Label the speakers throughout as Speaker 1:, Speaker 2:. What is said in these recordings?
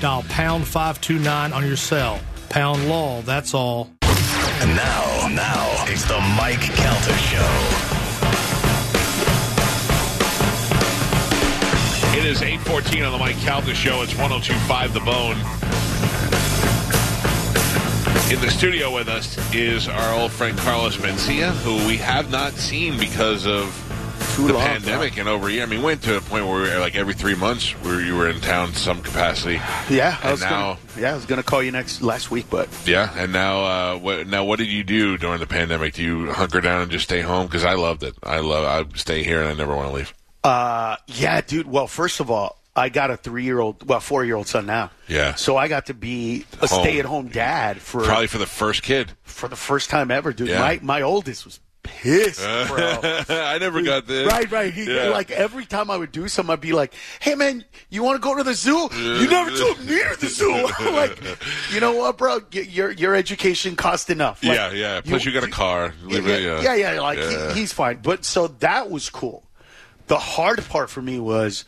Speaker 1: Dial pound 529 on your cell. Pound law, that's all.
Speaker 2: And now, now, it's the Mike Calter Show.
Speaker 3: It is 814 on the Mike Calda Show. It's 1025 The Bone. In the studio with us is our old friend Carlos Mencia, who we have not seen because of the
Speaker 4: long,
Speaker 3: pandemic and over a year. I mean, we went to a point where we were like every three months where you were in town some capacity.
Speaker 4: Yeah, I
Speaker 3: And
Speaker 4: was
Speaker 3: now-
Speaker 4: gonna, yeah, I was gonna call you next last week, but
Speaker 3: Yeah, and now, uh, what, now, what did you do during the pandemic? Do you hunker down and just stay home? Because I loved it. I love. I stay here and I never want to leave.
Speaker 4: uh, yeah, dude. Well, first of all, I got a three-year-old, well, four-year-old son now.
Speaker 3: Yeah.
Speaker 4: So I got to be a
Speaker 3: Home.
Speaker 4: stay-at-home dad for
Speaker 3: Probably for the first kid.
Speaker 4: for the first time ever, dude.
Speaker 3: Yeah.
Speaker 4: My my oldest was pissed, bro.
Speaker 3: I never got this.
Speaker 4: Right, right. He,
Speaker 3: Yeah.
Speaker 4: Like every time I would do something, I'd be like, "Hey, man, you want to go to the zoo? You never took me to the zoo." like, you know what, bro? Y- Your your education cost enough. Like,
Speaker 3: yeah, yeah. Plus, you, got a car. Leave
Speaker 4: yeah,
Speaker 3: it, yeah,
Speaker 4: yeah, yeah, Like He, he's fine. But so that was cool. The hard part for me was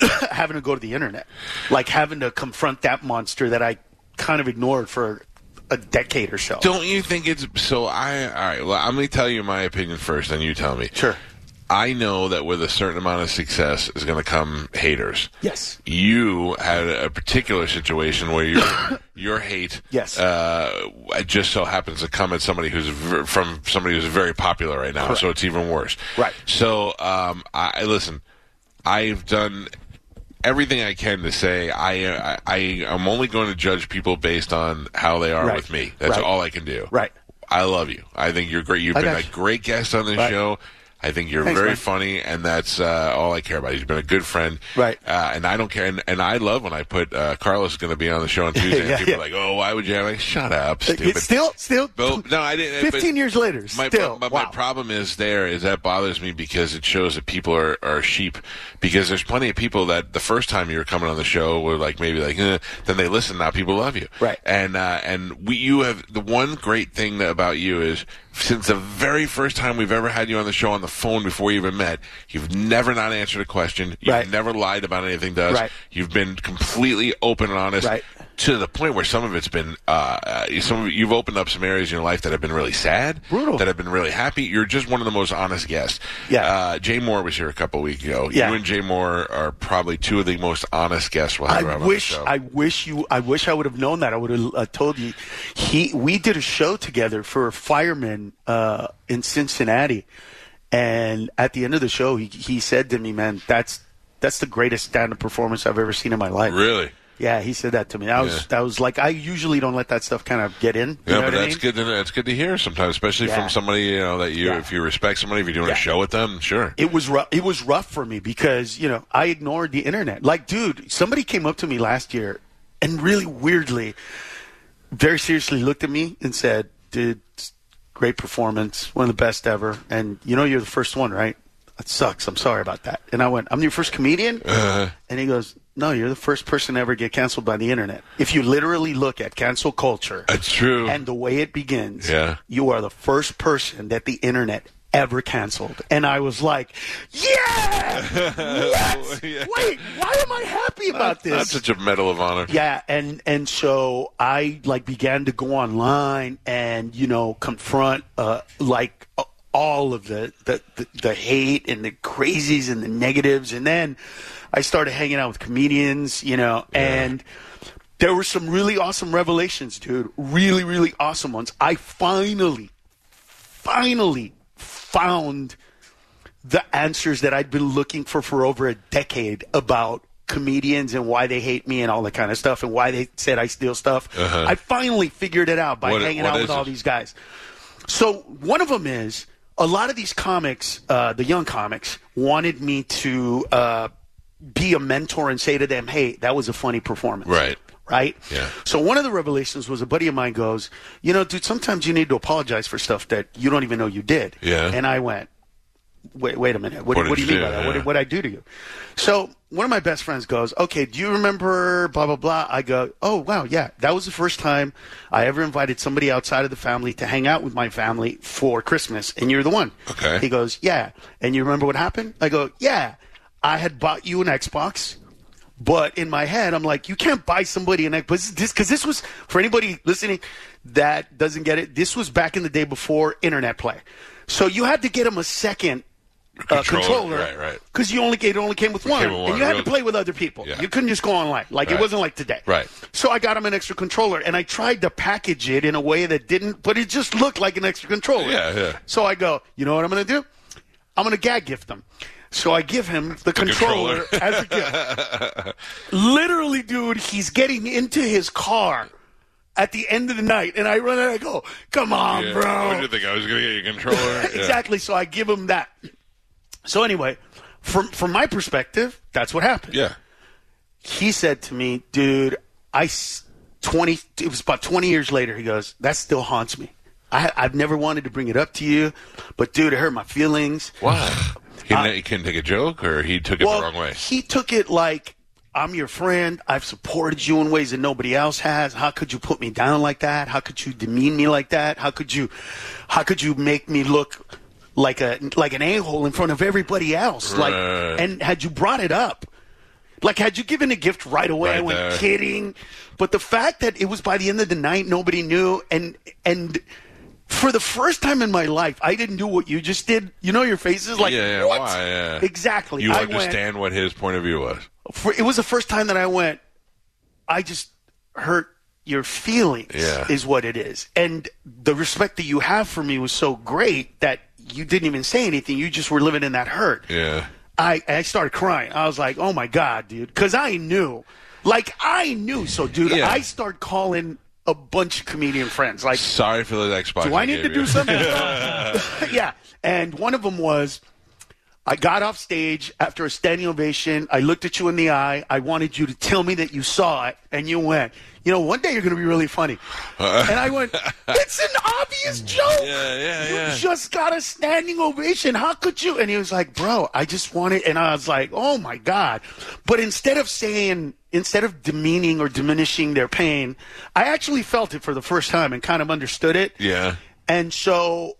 Speaker 4: having to go to the internet, like having to confront that monster that I kind of ignored for a decade or so.
Speaker 3: Don't you think it's so? I all right. Well, I'm going to tell you my opinion first, and you tell me.
Speaker 4: Sure.
Speaker 3: I know that with a certain amount of success is going to come haters.
Speaker 4: Yes.
Speaker 3: You had a particular situation where your your hate,
Speaker 4: Yes.
Speaker 3: uh, just so happens to come at somebody who's ver- from somebody who's very popular right now. So it's even worse.
Speaker 4: Right.
Speaker 3: So um, I I- listen. I've done everything I can to say I I, I am only going to judge people based on how they are
Speaker 4: Right.
Speaker 3: with me. That's
Speaker 4: Right.
Speaker 3: all I can do.
Speaker 4: Right.
Speaker 3: I love you. I think you're great. You've
Speaker 4: I
Speaker 3: been
Speaker 4: got
Speaker 3: a
Speaker 4: you.
Speaker 3: great guest on this
Speaker 4: Right.
Speaker 3: show. I think you're
Speaker 4: Thanks,
Speaker 3: very
Speaker 4: man.
Speaker 3: funny, and that's uh, all I care about. You've been a good friend,
Speaker 4: Right.
Speaker 3: Uh, and I don't care. And, and I love when I put uh, Carlos is going to be on the show on Tuesday.
Speaker 4: Yeah,
Speaker 3: and people
Speaker 4: yeah.
Speaker 3: are like, "Oh, why would you?" I'm like, "Shut up, stupid."
Speaker 4: It's still, still.
Speaker 3: Well, no, I didn't. but-
Speaker 4: Fifteen years later,
Speaker 3: my,
Speaker 4: still.
Speaker 3: my, my
Speaker 4: wow.
Speaker 3: problem is there is that bothers me because it shows that people are, are sheep because there's plenty of people that the first time you were coming on the show were like maybe like eh, then they listen now people love you
Speaker 4: Right.
Speaker 3: and uh, and we you have the one great thing that- about you is since the very first time we've ever had you on the show on the phone before you even met you've never not answered a question you've
Speaker 4: Right.
Speaker 3: never lied about anything to us
Speaker 4: Right.
Speaker 3: you've been completely open and honest
Speaker 4: Right.
Speaker 3: to the point where some of it's been uh, uh, some of you've opened up some areas in your life that have been really sad,
Speaker 4: Brutal.
Speaker 3: that have been really happy. You're just one of the most honest guests.
Speaker 4: Yeah.
Speaker 3: Uh, Jay Moore was here a couple weeks ago.
Speaker 4: Yeah.
Speaker 3: You and Jay Moore are probably two of the most honest guests we'll have
Speaker 4: I
Speaker 3: on
Speaker 4: wish
Speaker 3: the show.
Speaker 4: I wish you I wish I would have known that I would have uh, told you he we did a show together for firemen uh, in Cincinnati and at the end of the show he, he said to me man that's that's the greatest stand up performance I've ever seen in my life
Speaker 3: really.
Speaker 4: yeah he said that to me that was
Speaker 3: Yeah.
Speaker 4: that was like I usually don't let that stuff kind of get in you
Speaker 3: Yeah,
Speaker 4: know
Speaker 3: but
Speaker 4: what I
Speaker 3: that's good.
Speaker 4: mean?
Speaker 3: To, that's good to hear sometimes, especially
Speaker 4: Yeah.
Speaker 3: from somebody you know that you
Speaker 4: Yeah.
Speaker 3: if you respect somebody, if you're doing
Speaker 4: Yeah.
Speaker 3: a show with them, sure.
Speaker 4: it was rough. It was rough for me because you know I ignored the internet. Like, dude, somebody came up to me last year and really weirdly, very seriously looked at me and said, "Dude, it's great performance, one of the best ever." And you know, you're the first one, right? That sucks. I'm sorry about that. And I went, "I'm your first comedian," and he goes. No, you're the first person to ever get canceled by the internet. If you literally look at cancel culture,
Speaker 3: That's true.
Speaker 4: and the way it begins,
Speaker 3: Yeah.
Speaker 4: you are the first person that the internet ever canceled. And I was like, yeah! Yes!
Speaker 3: Yeah.
Speaker 4: Wait, why am I happy about this?
Speaker 3: that's such a medal of honor.
Speaker 4: yeah, and and so I like began to go online and you know confront uh like uh, all of the the, the the hate and the crazies and the negatives and then I started hanging out with comedians, you know, and there were some really awesome revelations, dude. Really, really awesome ones. I finally, finally found the answers that I'd been looking for for over a decade about comedians and why they hate me and all that kind of stuff and why they said I steal stuff. I finally figured it out by
Speaker 3: Uh-huh. What-
Speaker 4: hanging
Speaker 3: what
Speaker 4: out
Speaker 3: is
Speaker 4: with all
Speaker 3: it?
Speaker 4: these guys. So one of them is a lot of these comics, uh, the young comics, wanted me to uh, be a mentor and say to them, "Hey, that was a funny performance."
Speaker 3: Right.
Speaker 4: Right.
Speaker 3: Yeah.
Speaker 4: So one of the revelations was a buddy of mine goes, "You know, dude, sometimes you need to apologize for stuff that you don't even know you did."
Speaker 3: Yeah.
Speaker 4: And I went, "Wait, wait a minute. What,
Speaker 3: What
Speaker 4: what,
Speaker 3: did
Speaker 4: do
Speaker 3: you
Speaker 4: you mean
Speaker 3: do?
Speaker 4: by that?
Speaker 3: Yeah.
Speaker 4: What, did, what I do to you?" So one of my best friends goes, "Okay, do you remember blah blah blah?" I go, "Oh wow, yeah, that was the first time I ever invited somebody outside of the family to hang out with my family for Christmas, and you're the one."
Speaker 3: Okay.
Speaker 4: He goes, "Yeah," and you remember what happened? I go, "Yeah, I had bought you an Xbox." But in my head, I'm like, you can't buy somebody an egg. But this, because this was for anybody listening that doesn't get it, this was back in the day before internet play. So you had to get them a second
Speaker 3: Controller,
Speaker 4: uh, controller,
Speaker 3: right, right.
Speaker 4: Because you only it only came with one,
Speaker 3: came with
Speaker 4: and
Speaker 3: one,
Speaker 4: you had
Speaker 3: really.
Speaker 4: to play with other people.
Speaker 3: Yeah.
Speaker 4: You couldn't just go online. Like
Speaker 3: Right.
Speaker 4: it wasn't like today.
Speaker 3: Right.
Speaker 4: So I got him an extra controller, and I tried to package it in a way that didn't, but it just looked like an extra controller.
Speaker 3: Yeah, yeah.
Speaker 4: So I go, you know what I'm going to do? I'm going to gag gift him. So I give him the
Speaker 3: controller.
Speaker 4: controller as a gift. Literally, dude, he's getting into his car at the end of the night, and I run out. I go, "Come on,
Speaker 3: Yeah.
Speaker 4: bro!"
Speaker 3: What do you think? I was going to get your controller? Yeah.
Speaker 4: exactly. So I give him that. So anyway, from from my perspective, that's what happened.
Speaker 3: Yeah.
Speaker 4: He said to me, "Dude, I s- twenty. It was about twenty years later. He goes, that still haunts me. I, I've never wanted to bring it up to you, but dude, it hurt my feelings.
Speaker 3: Why? He, didn't- he couldn't take a joke, or he took it
Speaker 4: well,
Speaker 3: the wrong way.
Speaker 4: He took it like." I'm your friend. I've supported you in ways that nobody else has. How could you put me down like that? How could you demean me like that? How could you, how could you make me look like a like an a hole in front of everybody else? Like,
Speaker 3: Right.
Speaker 4: and had you brought it up, like had you given a gift right away, I
Speaker 3: Right
Speaker 4: went
Speaker 3: there.
Speaker 4: kidding. But the fact that it was by the end of the night, nobody knew, and and. For the first time in my life, I didn't do what you just did. You know your faces like
Speaker 3: yeah, yeah,
Speaker 4: what?
Speaker 3: why? Yeah.
Speaker 4: Exactly.
Speaker 3: You
Speaker 4: I went,
Speaker 3: understand what his point of view was.
Speaker 4: for, it was the first time that I went, I just hurt your feelings,
Speaker 3: Yeah.
Speaker 4: is what it is. And the respect that you have for me was so great that you didn't even say anything. You just were living in that hurt.
Speaker 3: Yeah.
Speaker 4: I, I started crying. I was like, oh my God, dude. Because I knew. Like, I knew. So, dude,
Speaker 3: Yeah.
Speaker 4: I start calling a bunch of comedian friends. Like,
Speaker 3: Sorry for the Xbox.
Speaker 4: do I need to do something? yeah. And one of them was I got off stage after a standing ovation. I looked at you in the eye. I wanted you to tell me that you saw it, and you went, you know, one day you're going to be really funny. and I went, it's an obvious joke.
Speaker 3: Uh. Yeah, yeah,
Speaker 4: you
Speaker 3: yeah.
Speaker 4: just got a standing ovation. How could you? And he was like, bro, I just wanted, and I was like, oh my God. But instead of saying, instead of demeaning or diminishing their pain, I actually felt it for the first time and kind of understood it.
Speaker 3: Yeah.
Speaker 4: And so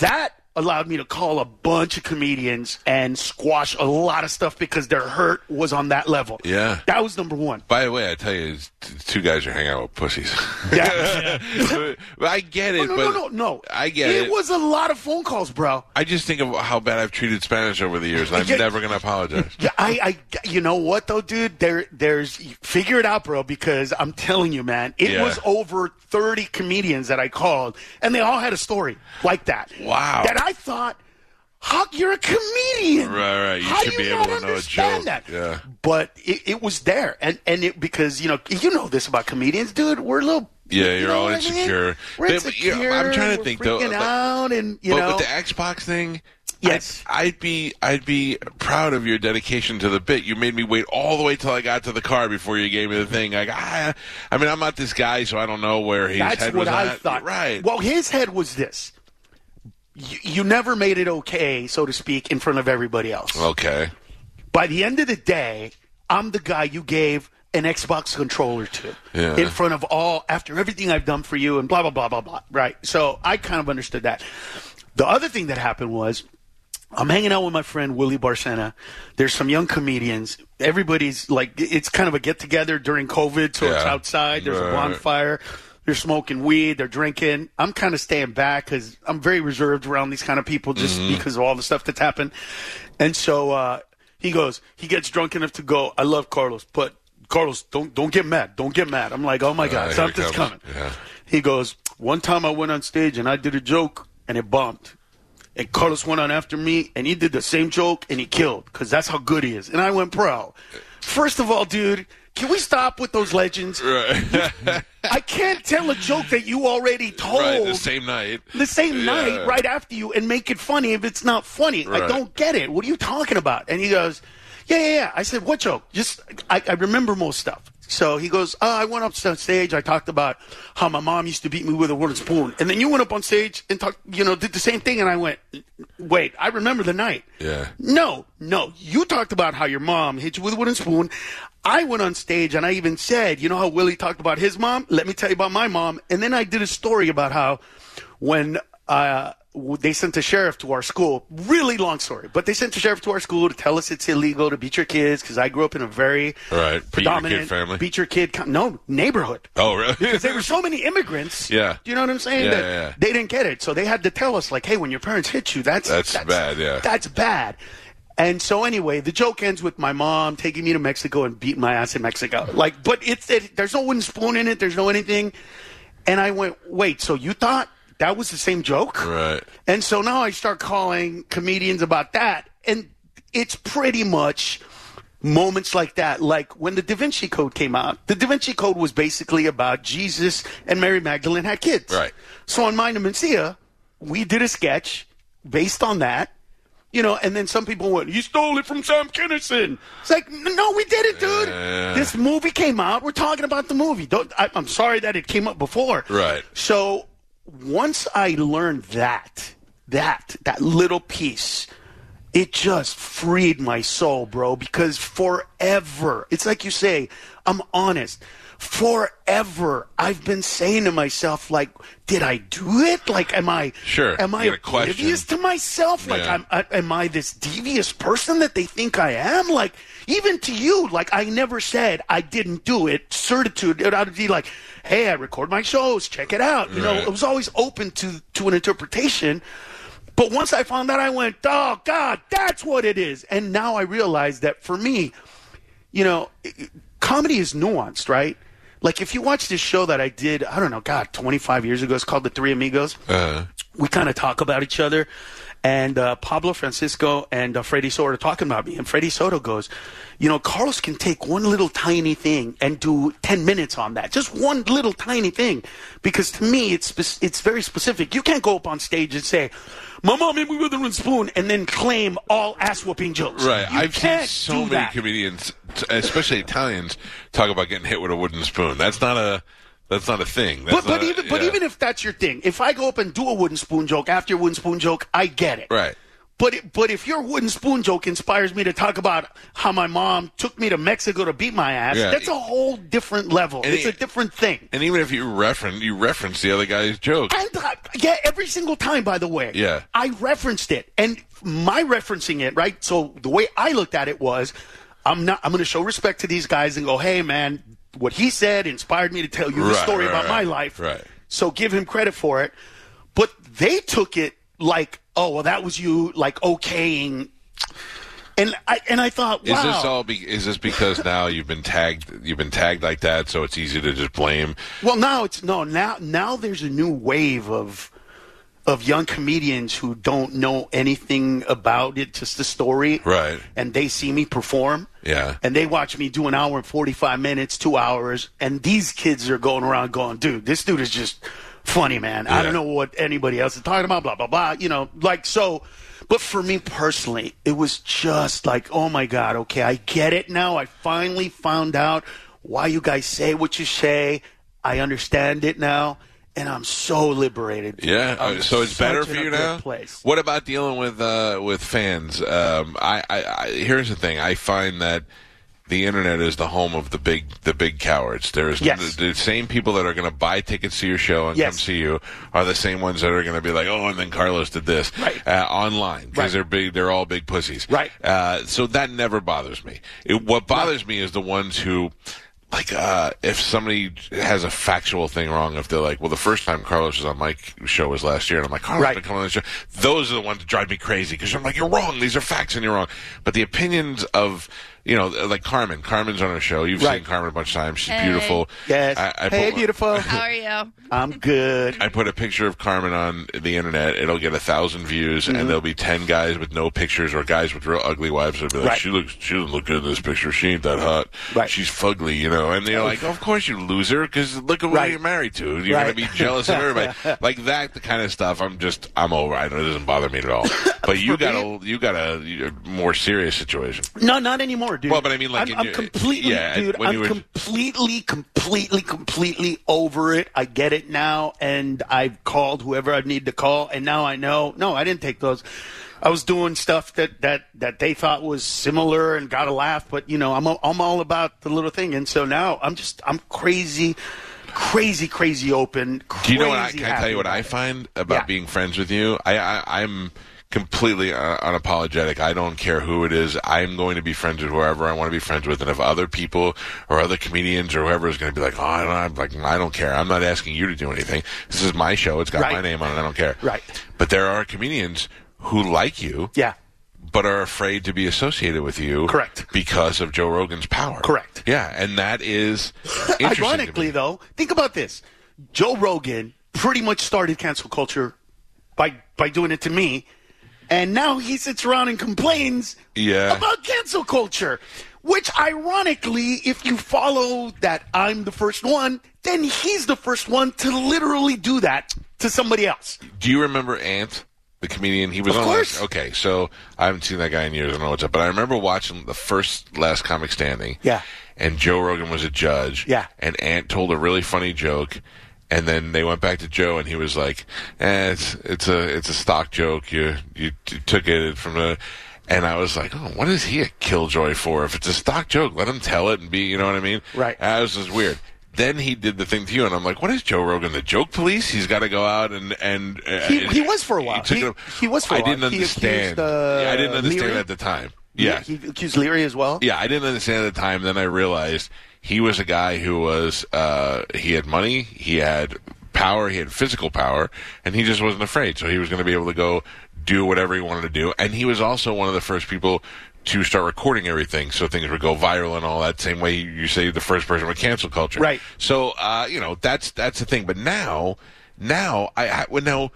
Speaker 4: that allowed me to call a bunch of comedians and squash a lot of stuff because their hurt was on that level.
Speaker 3: Yeah.
Speaker 4: That was number one.
Speaker 3: By the way, I tell you, t- two guys are hanging out with pussies.
Speaker 4: Yeah. Oh,
Speaker 3: but, but I get it.
Speaker 4: no, no,
Speaker 3: but
Speaker 4: no, no, no.
Speaker 3: I get it.
Speaker 4: It was a lot of phone calls, bro.
Speaker 3: I just think of how bad I've treated Spanish over the years, and I'm
Speaker 4: Yeah.
Speaker 3: never going to apologize.
Speaker 4: Yeah, I, I, you know what though, dude? There, there's figure it out, bro. Because I'm telling you, man, it
Speaker 3: Yeah.
Speaker 4: was over 30 comedians that I called, and they all had a story like that.
Speaker 3: Wow.
Speaker 4: That I thought, Huck, you're a comedian.
Speaker 3: Right, right. You
Speaker 4: How
Speaker 3: should
Speaker 4: do
Speaker 3: be
Speaker 4: you
Speaker 3: able to
Speaker 4: not
Speaker 3: know a
Speaker 4: understand
Speaker 3: joke.
Speaker 4: That?
Speaker 3: Yeah.
Speaker 4: But it, it was there, and and it because you know you know this about comedians, dude. We're a little.
Speaker 3: Yeah,
Speaker 4: you
Speaker 3: you're
Speaker 4: know
Speaker 3: all
Speaker 4: what I mean?
Speaker 3: insecure.
Speaker 4: We're
Speaker 3: But, you
Speaker 4: insecure.
Speaker 3: know, I'm trying to
Speaker 4: we're
Speaker 3: think, though,
Speaker 4: freaking
Speaker 3: but-
Speaker 4: out, and you
Speaker 3: but
Speaker 4: know,
Speaker 3: with the Xbox thing,
Speaker 4: Yes.
Speaker 3: I'd, I'd be I'd be proud of your dedication to the bit. You made me wait all the way till I got to the car before you gave me the thing. Like I, I mean, I'm not this guy, so I don't know where his
Speaker 4: That's
Speaker 3: head
Speaker 4: what
Speaker 3: was
Speaker 4: I
Speaker 3: at.
Speaker 4: thought.
Speaker 3: Right.
Speaker 4: Well, his head was this. You, you never made it okay, so to speak, in front of everybody else.
Speaker 3: okay.
Speaker 4: By the end of the day, I'm the guy you gave an Xbox controller to
Speaker 3: Yeah.
Speaker 4: in front of all, after everything I've done for you and blah, blah, blah, blah, blah. Right. So I kind of understood that. The other thing that happened was I'm hanging out with my friend Willie Barcena. There's some young comedians. Everybody's like, it's kind of a get together during COVID, so it's
Speaker 3: Yeah.
Speaker 4: outside. There's
Speaker 3: Right.
Speaker 4: a bonfire. They're smoking weed. They're drinking. I'm kind of staying back because I'm very reserved around these kind of people just
Speaker 3: Mm-hmm.
Speaker 4: because of all the stuff that's happened. And so uh, he goes, he gets drunk enough to go. I love Carlos, but Carlos, don't don't get mad. Don't get mad. I'm like, oh my
Speaker 3: Uh, here
Speaker 4: god,
Speaker 3: it
Speaker 4: something's
Speaker 3: comes.
Speaker 4: coming.
Speaker 3: Yeah.
Speaker 4: He goes, one time I went on stage and I did a joke and it bombed. And Carlos went on after me, and he did the same joke, and he killed because that's how good he is. And I went, bro.
Speaker 3: Uh,
Speaker 4: First of all, dude, can we stop with those legends? I can't tell a joke that you already told
Speaker 3: right. The same night.
Speaker 4: Oh, the same
Speaker 3: Yeah.
Speaker 4: night right after you and make it funny if it's not funny.
Speaker 3: Right.
Speaker 4: I don't get it. What are you talking about? And he goes, Yeah, yeah, yeah. I said, What joke? Just, I, I remember most stuff. So he goes, oh, I went up on stage. I talked about how my mom used to beat me with a wooden spoon. And then you went up on stage and talked, you know, did the same thing. And I went, Wait, I remember the night.
Speaker 3: Yeah.
Speaker 4: No, no. You talked about how your mom hit you with a wooden spoon. I went on stage and I even said, you know how Willie talked about his mom? Let me tell you about my mom. And then I did a story about how when uh, w- they sent a sheriff to our school. Really long story, but they sent a sheriff to our school to tell us it's illegal to beat your kids because I grew up in a very
Speaker 3: Right. Beat your kid
Speaker 4: predominant
Speaker 3: family.
Speaker 4: beat your kid com- no neighborhood.
Speaker 3: Oh, really?
Speaker 4: 'Cause there were so many immigrants.
Speaker 3: Yeah.
Speaker 4: Do you know what I'm saying?
Speaker 3: Yeah,
Speaker 4: That
Speaker 3: yeah, yeah.
Speaker 4: They didn't get it. So they had to tell us, like, hey, when your parents hit you, that's
Speaker 3: That's bad, yeah.
Speaker 4: That's bad. And so anyway, the joke ends with my mom taking me to Mexico and beating my ass in Mexico. Like, but it's it, there's no wooden spoon in it, there's no anything. And I went, wait, so you thought that was the same joke?
Speaker 3: Right.
Speaker 4: And so now I start calling comedians about that. And it's pretty much moments like that. Like when the Da Vinci Code came out, the Da Vinci Code was basically about Jesus and Mary Magdalene had kids.
Speaker 3: Right.
Speaker 4: So on Mind of Mencia, we did a sketch based on that. You know, and then some people went, "You stole it from Sam Kinison." It's like, "N- no, we did it, dude.
Speaker 3: Yeah.
Speaker 4: This movie came out. We're talking about the movie. Don't, I, I'm sorry that it came up before.
Speaker 3: Right.
Speaker 4: So once I learned that, that, that little piece, it just freed my soul, bro, because forever, it's like you say, I'm honest. Forever, I've been saying to myself, like, did I do it? Like, am I
Speaker 3: Sure.
Speaker 4: Am I
Speaker 3: You got a question.
Speaker 4: oblivious to myself? Like,
Speaker 3: Yeah.
Speaker 4: I'm, I, am I this devious person that they think I am? Like, even to you, like, I never said I didn't do it. Certitude, it ought to be like, hey, I record my shows, check it out. You know,
Speaker 3: Right.
Speaker 4: it was always open to to an interpretation. But once I found that, I went, oh God, that's what it is. And now I realize that for me, you know, it- comedy is nuanced, right? Like if you watch this show that I did, I don't know, God, 25 years ago, it's called The Three Amigos
Speaker 3: Uh,
Speaker 4: we kind of talk about each other. And uh, Pablo Francisco and uh, Freddie Soto are talking about me. And Freddie Soto goes, You know, Carlos can take one little tiny thing and do 10 minutes on that. Just one little tiny thing. Because to me, it's, spec- it's very specific. You can't go up on stage and say, My mom hit me with a wooden spoon, and then claim all ass whooping jokes.
Speaker 3: right.
Speaker 4: You
Speaker 3: I've seen
Speaker 4: can't
Speaker 3: so
Speaker 4: do
Speaker 3: many
Speaker 4: that.
Speaker 3: comedians, t- especially Italians, talk about getting hit with a wooden spoon. That's not a. That's not a thing. That's
Speaker 4: But, but
Speaker 3: not a-
Speaker 4: even but
Speaker 3: yeah.
Speaker 4: even if that's your thing, if I go up and do a wooden spoon joke after a wooden spoon joke, I get it.
Speaker 3: Right.
Speaker 4: But it, but if your wooden spoon joke inspires me to talk about how my mom took me to Mexico to beat my ass,
Speaker 3: Yeah.
Speaker 4: that's a whole different level.
Speaker 3: And
Speaker 4: it's
Speaker 3: it-
Speaker 4: a different thing.
Speaker 3: and even if you reference you reference the other guy's joke,
Speaker 4: And I, yeah, every single time, by the way.
Speaker 3: Yeah.
Speaker 4: I referenced it, and my referencing it, right? So the way I looked at it was, I'm not. I'm going to show respect to these guys and go, hey, man, what he said inspired me to tell you this
Speaker 3: Right,
Speaker 4: story
Speaker 3: right,
Speaker 4: about my
Speaker 3: right,
Speaker 4: life.
Speaker 3: right.
Speaker 4: So give him credit for it. But they took it like, oh, well, that was you, like okaying. And I and I thought,
Speaker 3: Is
Speaker 4: wow.
Speaker 3: this all? Be- is this because now you've been tagged? You've been tagged like that, so it's easy to just blame.
Speaker 4: Well, now it's no now now there's a new wave of of young comedians who don't know anything about it, just the story,
Speaker 3: Right.
Speaker 4: And they see me perform,
Speaker 3: Yeah.
Speaker 4: and they watch me do an hour and forty five minutes, two hours, and these kids are going around going, "Dude, this dude is just funny, man. I
Speaker 3: Yeah.
Speaker 4: don't know what anybody else is talking about, blah blah blah." You know, like so. But for me personally, it was just like, "Oh my god, okay, I get it now. I finally found out why you guys say what you say. I understand it now." And I'm so liberated.
Speaker 3: Yeah,
Speaker 4: I'm
Speaker 3: uh, so it's better
Speaker 4: such
Speaker 3: for
Speaker 4: in a
Speaker 3: you
Speaker 4: good
Speaker 3: now.
Speaker 4: Place.
Speaker 3: What about dealing with uh, with fans? Um, I, I, I here's the thing: I find that the internet is the home of the big the big cowards. There's
Speaker 4: Yes.
Speaker 3: the, the same people that are going to buy tickets to your show and
Speaker 4: Yes.
Speaker 3: come see you are the same ones that are going to be like, oh, and then Carlos did this
Speaker 4: Right.
Speaker 3: uh, online because
Speaker 4: Right.
Speaker 3: they're big. They're all big pussies.
Speaker 4: Right.
Speaker 3: Uh, so that never bothers me. It, what bothers me is the ones who, like, uh, if somebody has a factual thing wrong, if they're like, well, the first time Carlos was on my show was last year, and I'm like, Carlos
Speaker 4: Right.
Speaker 3: been coming on the show. Those are the ones that drive me crazy because I'm like, you're wrong. These are facts, and you're wrong. But the opinions of you know, like Carmen. Carmen's on her show. You've
Speaker 4: Right.
Speaker 3: seen Carmen a bunch of times. She's
Speaker 5: Hey.
Speaker 3: beautiful.
Speaker 4: Yes.
Speaker 3: I, I
Speaker 4: hey,
Speaker 3: put-
Speaker 4: beautiful.
Speaker 5: How are you?
Speaker 4: I'm good.
Speaker 3: I put a picture of Carmen on the internet, it'll get a thousand views,
Speaker 4: Mm-hmm.
Speaker 3: and there'll be ten guys with no pictures or guys with real ugly wives that'll be like,
Speaker 4: Right.
Speaker 3: "She looks, she doesn't look good in this picture. She ain't that hot.
Speaker 4: Right. Oh.
Speaker 3: She's fugly," you know. And they're like, "Of course you loser, because look at what
Speaker 4: Right.
Speaker 3: you're married to. You're
Speaker 4: Right.
Speaker 3: gonna be jealous of everybody. like that, the kind of stuff. I'm just, I'm over. I know it doesn't bother me at all. But you got a, you got a, a more serious situation.
Speaker 4: No, not anymore, dude.
Speaker 3: Well, but I mean, like, in
Speaker 4: I'm, I'm
Speaker 3: your-
Speaker 4: completely,
Speaker 3: yeah,
Speaker 4: dude.
Speaker 3: when you
Speaker 4: I'm
Speaker 3: were-
Speaker 4: completely, completely, completely over it. I get it now, and I've called whoever I need to call, and now I know. No, I didn't take those. I was doing stuff that that that they thought was similar and got a laugh, but you know, I'm a- I'm all about the little thing, and so now I'm just I'm crazy. crazy, crazy open.
Speaker 3: Do you know what? I
Speaker 4: crazy
Speaker 3: can I tell
Speaker 4: happy
Speaker 3: you what
Speaker 4: about
Speaker 3: I
Speaker 4: it.
Speaker 3: find about
Speaker 4: Yeah.
Speaker 3: being friends with you. I, I I'm completely uh, unapologetic. I don't care who it is. I'm going to be friends with whoever I want to be friends with, and if other people or other comedians or whoever is going to be like, oh, I don't, I'm like, I don't care. I'm not asking you to do anything. This is my show. It's got
Speaker 4: Right.
Speaker 3: my name on it. I don't care.
Speaker 4: Right.
Speaker 3: But there are comedians who like you.
Speaker 4: Yeah.
Speaker 3: But are afraid to be associated with you,
Speaker 4: Correct.
Speaker 3: Because of Joe Rogan's power,
Speaker 4: Correct.
Speaker 3: Yeah, and that is interesting to me.
Speaker 4: Ironically, though, think about this: Joe Rogan pretty much started cancel culture by by doing it to me, and now he sits around and complains
Speaker 3: Yeah.
Speaker 4: about cancel culture. Which, ironically, if you follow that I'm the first one, then he's the first one to literally do that to somebody else.
Speaker 3: Do you remember Ant, the comedian? He was
Speaker 4: Of
Speaker 3: on.
Speaker 4: course.
Speaker 3: Last, okay, so I haven't seen that guy in years. I don't know what's up, but I remember watching the first Last Comic Standing.
Speaker 4: Yeah.
Speaker 3: And Joe Rogan was a judge.
Speaker 4: Yeah.
Speaker 3: And Ant told a really funny joke. And then they went back to Joe, and he was like, eh, "It's it's a it's a stock joke. You you t- took it from a." And I was like, "Oh, what is he a killjoy for? If it's a stock joke, let him tell it and be, you know what I mean?"
Speaker 4: Right.
Speaker 3: And I was just Ah, weird. Then he did the thing to you, and I'm like, "What is Joe Rogan? The joke police? He's got to go out and and uh,
Speaker 4: He- he was for a while.
Speaker 3: took
Speaker 4: He-
Speaker 3: it up.
Speaker 4: he was for a
Speaker 3: I
Speaker 4: while.
Speaker 3: didn't
Speaker 4: He accused,
Speaker 3: understand.
Speaker 4: uh,
Speaker 3: yeah, I didn't understand
Speaker 4: Leary?
Speaker 3: at the time. Yeah,
Speaker 4: he accused Leary as well.
Speaker 3: yeah, I didn't understand at the time. Then I realized he was a guy who was uh, he had money, he had power, he had physical power, and he just wasn't afraid. So he was going to be able to go do whatever he wanted to do, and he was also one of the first people to start recording everything, so things would go viral and all that. Same way you say the first person with cancel culture,
Speaker 4: Right.
Speaker 3: So uh, you know that's that's the thing. But now, now I, I well, now.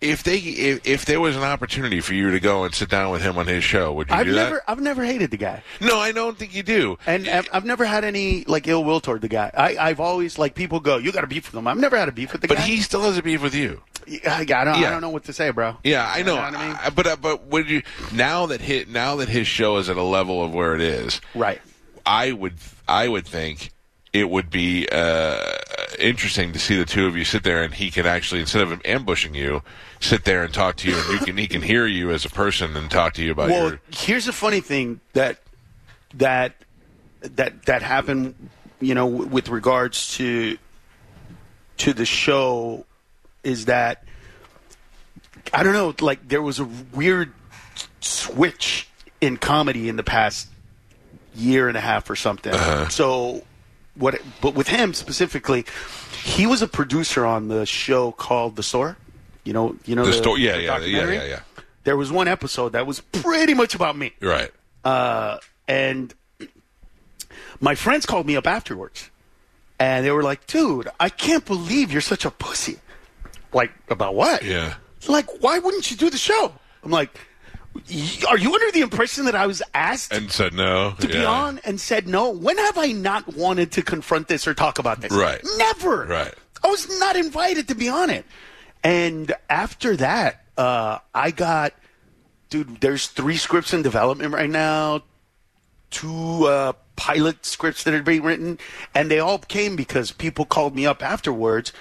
Speaker 3: If they if, if there was an opportunity for you to go and sit down with him on his show, would you
Speaker 4: I've
Speaker 3: do that?
Speaker 4: never, I've never hated the guy.
Speaker 3: No, I don't think you do.
Speaker 4: And I've- I've never had any like ill will toward the guy. I, I've always like people go, you got to beef with him. I've never had a beef with the
Speaker 3: but
Speaker 4: guy.
Speaker 3: he still has a beef with you.
Speaker 4: I, I don't,
Speaker 3: Yeah.
Speaker 4: I don't know what to say, bro.
Speaker 3: Yeah, I know.
Speaker 4: You know what I mean?
Speaker 3: I- but uh, but would you now that hit now that his show is at a level of where it is,
Speaker 4: Right.
Speaker 3: I would I would think it would be uh, interesting to see the two of you sit there and he can actually instead of him ambushing you, sit there and talk to you and you can he can hear you as a person and talk to you about
Speaker 4: Well,
Speaker 3: your
Speaker 4: here's the funny thing that that that that happened, you know, w- with regards to to the show is that I don't know, like there was a weird switch in comedy in the past year and a half or something.
Speaker 3: Uh-huh.
Speaker 4: So what but with him specifically, he was a producer on the show called The Store. You know, you know
Speaker 3: the story. Yeah,
Speaker 4: the
Speaker 3: yeah, yeah,
Speaker 4: documentary?
Speaker 3: yeah, yeah.
Speaker 4: There was one episode that was pretty much about me
Speaker 3: You're Right.
Speaker 4: uh, and my friends called me up afterwards, and they were like, "Dude, I can't believe you're such a pussy." Like about what?
Speaker 3: Yeah.
Speaker 4: Like, why wouldn't you do the show? I'm like, "Y- are you under the impression that I was asked
Speaker 3: And said no.
Speaker 4: to be
Speaker 3: yeah.
Speaker 4: on and said no? When have I not wanted to confront this or talk about this?
Speaker 3: Right.
Speaker 4: Never.
Speaker 3: Right.
Speaker 4: I was not invited to be on it. And after that, uh, I got, dude, there's three scripts in development right now, two uh, pilot scripts that are being written, and they all came because people called me up afterwards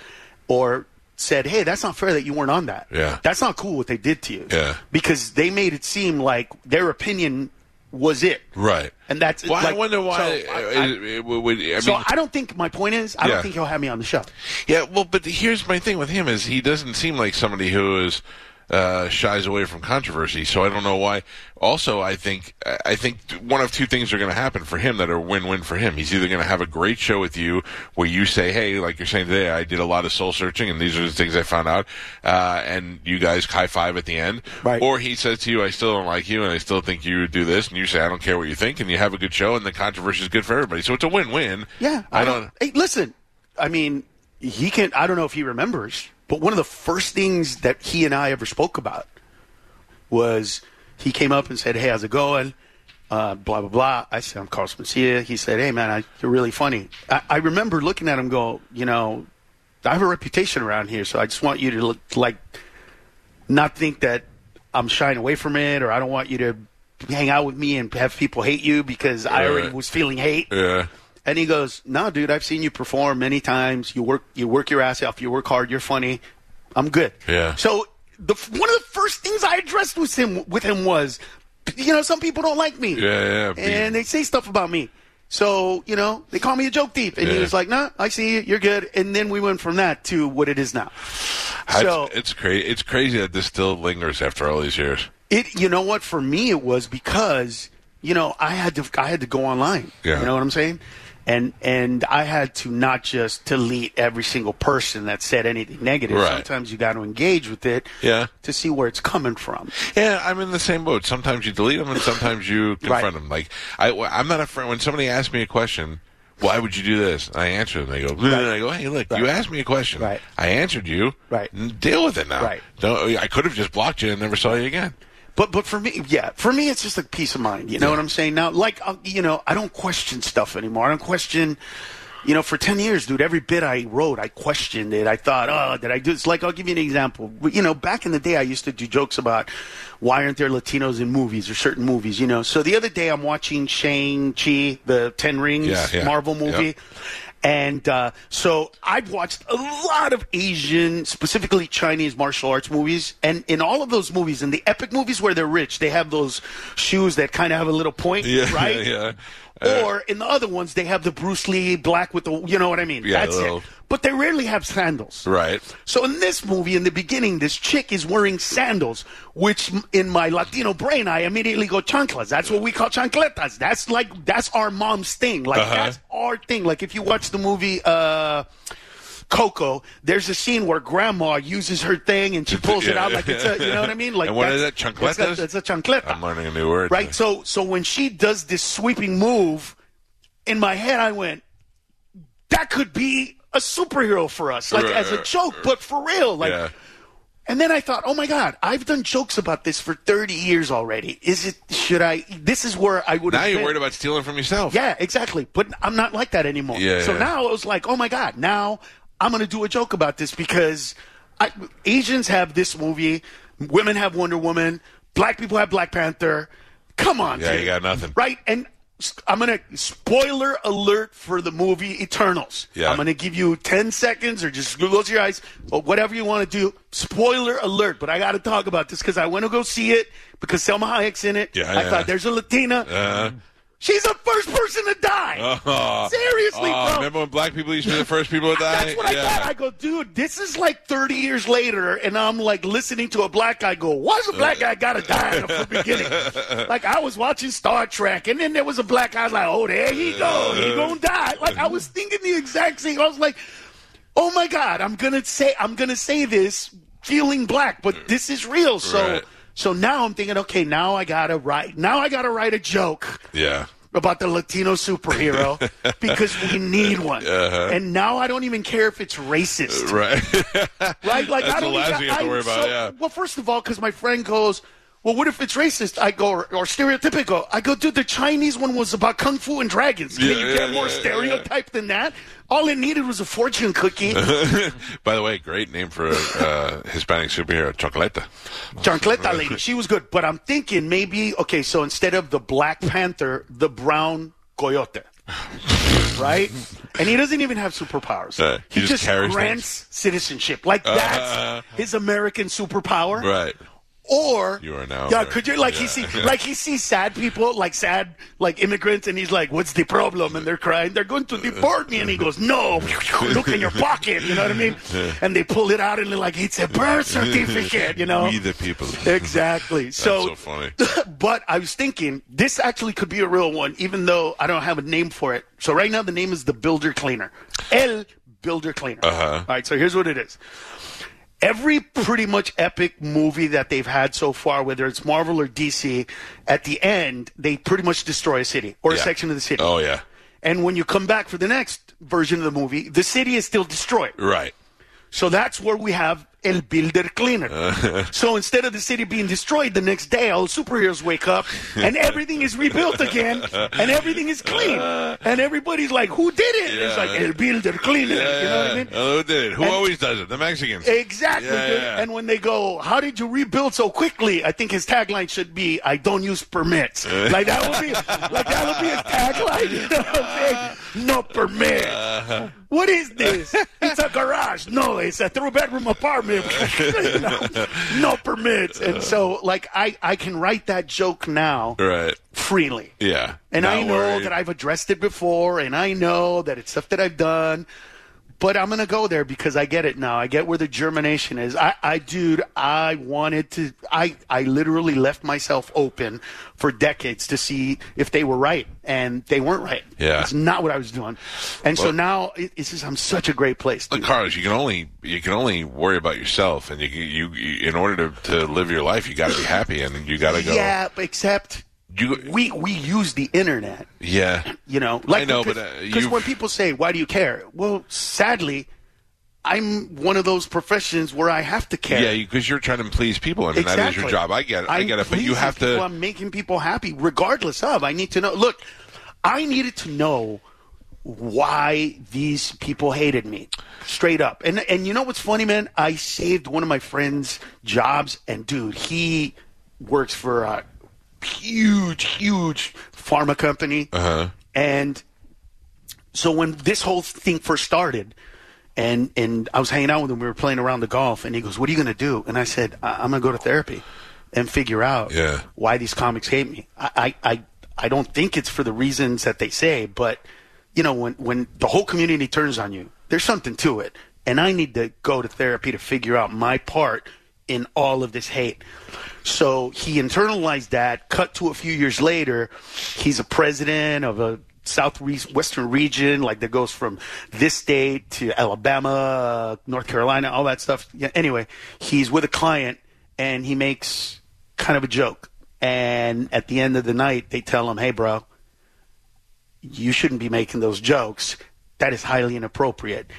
Speaker 4: or said, hey, that's not fair that you weren't on that.
Speaker 3: Yeah.
Speaker 4: That's not cool what they did to you.
Speaker 3: Yeah.
Speaker 4: Because they made it seem like their opinion was it.
Speaker 3: Right.
Speaker 4: And that's
Speaker 3: Well, I
Speaker 4: like-
Speaker 3: wonder
Speaker 4: So
Speaker 3: why.
Speaker 4: I,
Speaker 3: uh, it- it would- would- I mean,
Speaker 4: I- so I don't think my point is I
Speaker 3: Yeah.
Speaker 4: don't think he'll have me on the show.
Speaker 3: Yeah, well, but here's my thing with him is he doesn't seem like somebody who is uh, shies away from controversy. So I don't know why. Also, I think I think one of two things are going to happen for him that are win-win for him. He's either going to have a great show with you where you say, "Hey, like you're saying today, I did a lot of soul searching, and these are the things I found out," uh, and you guys high five at the end,
Speaker 4: Right.
Speaker 3: or he says to you, "I still don't like you, and I still think you would do this," and you say, "I don't care what you think," and you have a good show, and the controversy is good for everybody. So it's a win-win.
Speaker 4: Yeah,
Speaker 3: I don't.
Speaker 4: Hey, listen, I mean, he can. I don't know if he remembers, but one of the first things that he and I ever spoke about was he came up and said, "Hey, how's it going?" Uh, blah blah blah. I said, "I'm Carlos Mencia." He said, "Hey, man, I, you're really funny." I, I remember looking at him, go, you know, I have a reputation around here, so I just want you to look, like not think that I'm shying away from it, or I don't want you to hang out with me and have people hate you because I already
Speaker 3: Right.
Speaker 4: was feeling hate.
Speaker 3: Yeah.
Speaker 4: And he goes, "No, dude, I've seen you perform many times. You work, you work your ass off. You work hard. You're funny. I'm good."
Speaker 3: Yeah.
Speaker 4: So the f- one of the first things I addressed with him with him was, you know, some people don't like me.
Speaker 3: Yeah, yeah, be-
Speaker 4: And they say stuff about me. So, you know, they call me a joke thief. And he
Speaker 3: Yeah.
Speaker 4: was like, nah, I see you. You're good. And then we went from that to what it is now. So
Speaker 3: it's, it's crazy. It's crazy that this still lingers after all these years.
Speaker 4: it, you know what? For me, it was because, you know, I had to, I had to go online.
Speaker 3: Yeah.
Speaker 4: You know what I'm saying? And, and I had to not just delete every single person that said anything negative.
Speaker 3: Right.
Speaker 4: Sometimes you got to engage with it
Speaker 3: Yeah.
Speaker 4: to see where it's coming from.
Speaker 3: Yeah, I'm in the same boat. Sometimes you delete them, and sometimes you confront
Speaker 4: Right.
Speaker 3: them. Like I, am not a friend. When somebody asks me a question, why would you do this? And I answer them. They go, "Bleh." and I go, hey, look, you asked me a question.
Speaker 4: Right.
Speaker 3: I answered you.
Speaker 4: Right.
Speaker 3: N- Deal with it now.
Speaker 4: Right.
Speaker 3: Don't, I could have just blocked you and never saw you again.
Speaker 4: But but for me, yeah, for me, it's just like peace of mind. You know what I'm saying? Now, like I'll, you know, I don't question stuff anymore. I don't question. You know, for ten years, dude, every bit I wrote, I questioned it. I thought, oh, did I do this? Like, I'll give you an example. But, You know, back in the day, I used to do jokes about why aren't there Latinos in movies or certain movies. You know, so the other day, I'm watching Shang Chi, the Ten Rings
Speaker 3: Yeah, yeah.
Speaker 4: Marvel movie.
Speaker 3: Yep.
Speaker 4: And uh, so I've watched a lot of Asian, specifically Chinese martial arts movies. And in all of those movies, in the epic movies where they're rich, they have those shoes that kind of have a little point,
Speaker 3: Yeah,
Speaker 4: right?
Speaker 3: yeah. Uh,
Speaker 4: or in the other ones, they have the Bruce Lee black with the, you know what I mean?
Speaker 3: Yeah,
Speaker 4: That's
Speaker 3: little-
Speaker 4: it. But they rarely have sandals.
Speaker 3: Right.
Speaker 4: So in this movie, in the beginning, this chick is wearing sandals, which m- in my Latino brain, I immediately go chanclas. That's what we call chancletas. That's like that's our mom's thing. Like
Speaker 3: Uh-huh.
Speaker 4: that's our thing. Like if you watch the movie. uh Coco, there's a scene where grandma uses her thing and she pulls it
Speaker 3: Yeah.
Speaker 4: out like it's a, you know what I mean? Like
Speaker 3: And what is
Speaker 4: that's-
Speaker 3: that,
Speaker 4: that's a-
Speaker 3: chancletas?
Speaker 4: That's a chancleta.
Speaker 3: I'm learning a new word.
Speaker 4: Right. So so when she does this sweeping move, in my head I went, that could be a superhero for us, like
Speaker 3: Right,
Speaker 4: as a
Speaker 3: right,
Speaker 4: joke, but for real, like.
Speaker 3: yeah.
Speaker 4: And then I thought, oh my God, I've done jokes about this for 30 years already. Is it, should I, this is where I would
Speaker 3: Now
Speaker 4: have
Speaker 3: you're
Speaker 4: been.
Speaker 3: worried about stealing from yourself.
Speaker 4: Yeah, exactly. But I'm not like that anymore.
Speaker 3: Yeah,
Speaker 4: so
Speaker 3: yeah.
Speaker 4: now it was like, oh my God, now I'm going to do a joke about this because I, Asians have this movie, women have Wonder Woman, black people have Black Panther. Come on,
Speaker 3: Yeah,
Speaker 4: dude.
Speaker 3: you got nothing.
Speaker 4: Right? And s- I'm going to spoiler alert for the movie Eternals.
Speaker 3: Yeah.
Speaker 4: I'm going to give you 10 seconds or just close your eyes or whatever you want to do. Spoiler alert, but I got to talk about this because I want to go see it because Selma Hayek's in it.
Speaker 3: Yeah,
Speaker 4: I
Speaker 3: yeah.
Speaker 4: thought there's a Latina.
Speaker 3: Uh,
Speaker 4: She's the first person to die.
Speaker 3: oh,
Speaker 4: Seriously,
Speaker 3: oh,
Speaker 4: bro.
Speaker 3: Remember when black people used to be the first people to die?
Speaker 4: That's what I
Speaker 3: yeah.
Speaker 4: thought. I go, dude, this is like 30 years later, and I'm like listening to a black guy go, why's a black guy gotta die in the beginning? Like I was watching Star Trek, and then there was a black guy. I was like, oh, there he go, he gonna die. Like I was thinking the exact same. I was like, oh my god, I'm gonna say, I'm gonna say this feeling black, but this is real. So,
Speaker 3: Right.
Speaker 4: so now I'm thinking, okay, now I gotta write, now I gotta write a joke
Speaker 3: yeah.
Speaker 4: about the Latino superhero because we need one. And now I don't even care if it's racist,
Speaker 3: Uh-huh. Right.
Speaker 4: right? Like
Speaker 3: That's
Speaker 4: I don't
Speaker 3: the last
Speaker 4: even,
Speaker 3: thing you have to
Speaker 4: I-
Speaker 3: worry about,
Speaker 4: so-
Speaker 3: yeah.
Speaker 4: Well, first of all, because my friend goes. Well, what if it's racist? I go or, or stereotypical. I go, dude. The Chinese one was about kung fu and dragons. Can
Speaker 3: Yeah,
Speaker 4: you
Speaker 3: yeah,
Speaker 4: get more
Speaker 3: yeah, yeah.
Speaker 4: stereotype than that? All it needed was a fortune cookie,
Speaker 3: By the way, great name for a uh, Hispanic superhero, Chocolata.
Speaker 4: chancleta lady. She was good, but I'm thinking maybe okay. So instead of the Black Panther, the brown coyote, right? And he doesn't even have superpowers.
Speaker 3: Uh,
Speaker 4: he,
Speaker 3: he just
Speaker 4: just,
Speaker 3: carries Uh,
Speaker 4: grants citizenship. Like that's his American superpower,
Speaker 3: Right.
Speaker 4: Or
Speaker 3: You are now
Speaker 4: yeah.
Speaker 3: American.
Speaker 4: Could you like he
Speaker 3: Yeah.
Speaker 4: see like he sees sad people, like sad like immigrants, and he's like, "What's the problem?" And they're crying, "They're going to deport me," and he goes, "No, look in your pocket." You know what I mean? And they pull it out, and they're like, "It's a birth certificate," you know.
Speaker 3: We the people.
Speaker 4: Exactly.
Speaker 3: That's so
Speaker 4: so,
Speaker 3: funny.
Speaker 4: but I was thinking this actually could be a real one, even though I don't have a name for it. So right now the name is the Builder Cleaner. El Builder Cleaner. Uh-huh. All right. So here's what it is. Every pretty much epic movie that they've had so far, whether it's Marvel or DC, at the end they pretty much destroy a city or a
Speaker 3: Yeah.
Speaker 4: section of the city.
Speaker 3: Oh yeah.
Speaker 4: And when you come back for the next version of the movie, the city is still destroyed.
Speaker 3: Right.
Speaker 4: So that's where we have El Builder Cleaner. so instead of the city being destroyed the next day, all superheroes wake up and everything is rebuilt again and everything is clean. And everybody's like, who did it? It's like El Builder Cleaner. You know what I mean?
Speaker 3: Oh, who did it? Who
Speaker 4: And-
Speaker 3: always does it? The Mexicans.
Speaker 4: Exactly.
Speaker 3: Yeah,
Speaker 4: dude.
Speaker 3: yeah.
Speaker 4: And when they go, how did you rebuild so quickly? I think his tagline should be, I don't use permits. like that would be like that would be his tagline. You know what I'm saying? not permit.
Speaker 3: Uh-huh.
Speaker 4: What is this? It's a garage. No, it's a three bedroom apartment. You know, no permits. And so, like, I, I can write that joke now
Speaker 3: Right.
Speaker 4: freely.
Speaker 3: Yeah.
Speaker 4: And
Speaker 3: Not
Speaker 4: I know
Speaker 3: worried.
Speaker 4: that I've addressed it before, and I know that it's stuff that I've done. But I'm gonna go there because I get it now. I get where the germination is. I, I dude, I wanted to. I, I literally left myself open for decades to see if they were right, and they weren't right.
Speaker 3: Yeah.
Speaker 4: it's not what I was doing. And so now it, it's just I'm such a great place.
Speaker 3: Look,
Speaker 4: Dude.
Speaker 3: Carlos, you can only you can only worry about yourself, and you can- you, you in order to, to live your life, you got to be happy, and you got to go.
Speaker 4: Yeah, but except
Speaker 3: You,
Speaker 4: we we use the internet.
Speaker 3: yeah.
Speaker 4: You know, like
Speaker 3: know,
Speaker 4: because
Speaker 3: but, uh,
Speaker 4: because
Speaker 3: you've-
Speaker 4: when people say, "Why do you care?" Well, sadly, I'm one of those professions where I have to care.
Speaker 3: Yeah, because you're trying to please people, and
Speaker 4: exactly.
Speaker 3: that is your job. I get it. i
Speaker 4: I'm
Speaker 3: get it. But you
Speaker 4: pleasing
Speaker 3: have
Speaker 4: people,
Speaker 3: to.
Speaker 4: I'm making people happy, regardless of. I need to know. Look, I needed to know why these people hated me, straight up. And and you know what's funny, man? I saved one of my friends' jobs, and dude, he works for a huge, huge pharma company, uh-huh. and so when this whole thing first started and and i was hanging out with him we were playing around the golf and he goes what are you going to do and i said I- i'm going to go to therapy and figure out
Speaker 3: Yeah.
Speaker 4: why these comics hate me I, I i i don't think it's for the reasons that they say but you know when when the whole community turns on you there's something to it and i need to go to therapy to figure out my part in all of this hate so he internalized that. Cut to a few years later, he's a president of a southwestern region, like that goes from this state to Alabama, North Carolina, all that stuff. Yeah, anyway, he's with a client and he makes kind of a joke. And at the end of the night, they tell him, hey, bro, you shouldn't be making those jokes. That is highly inappropriate.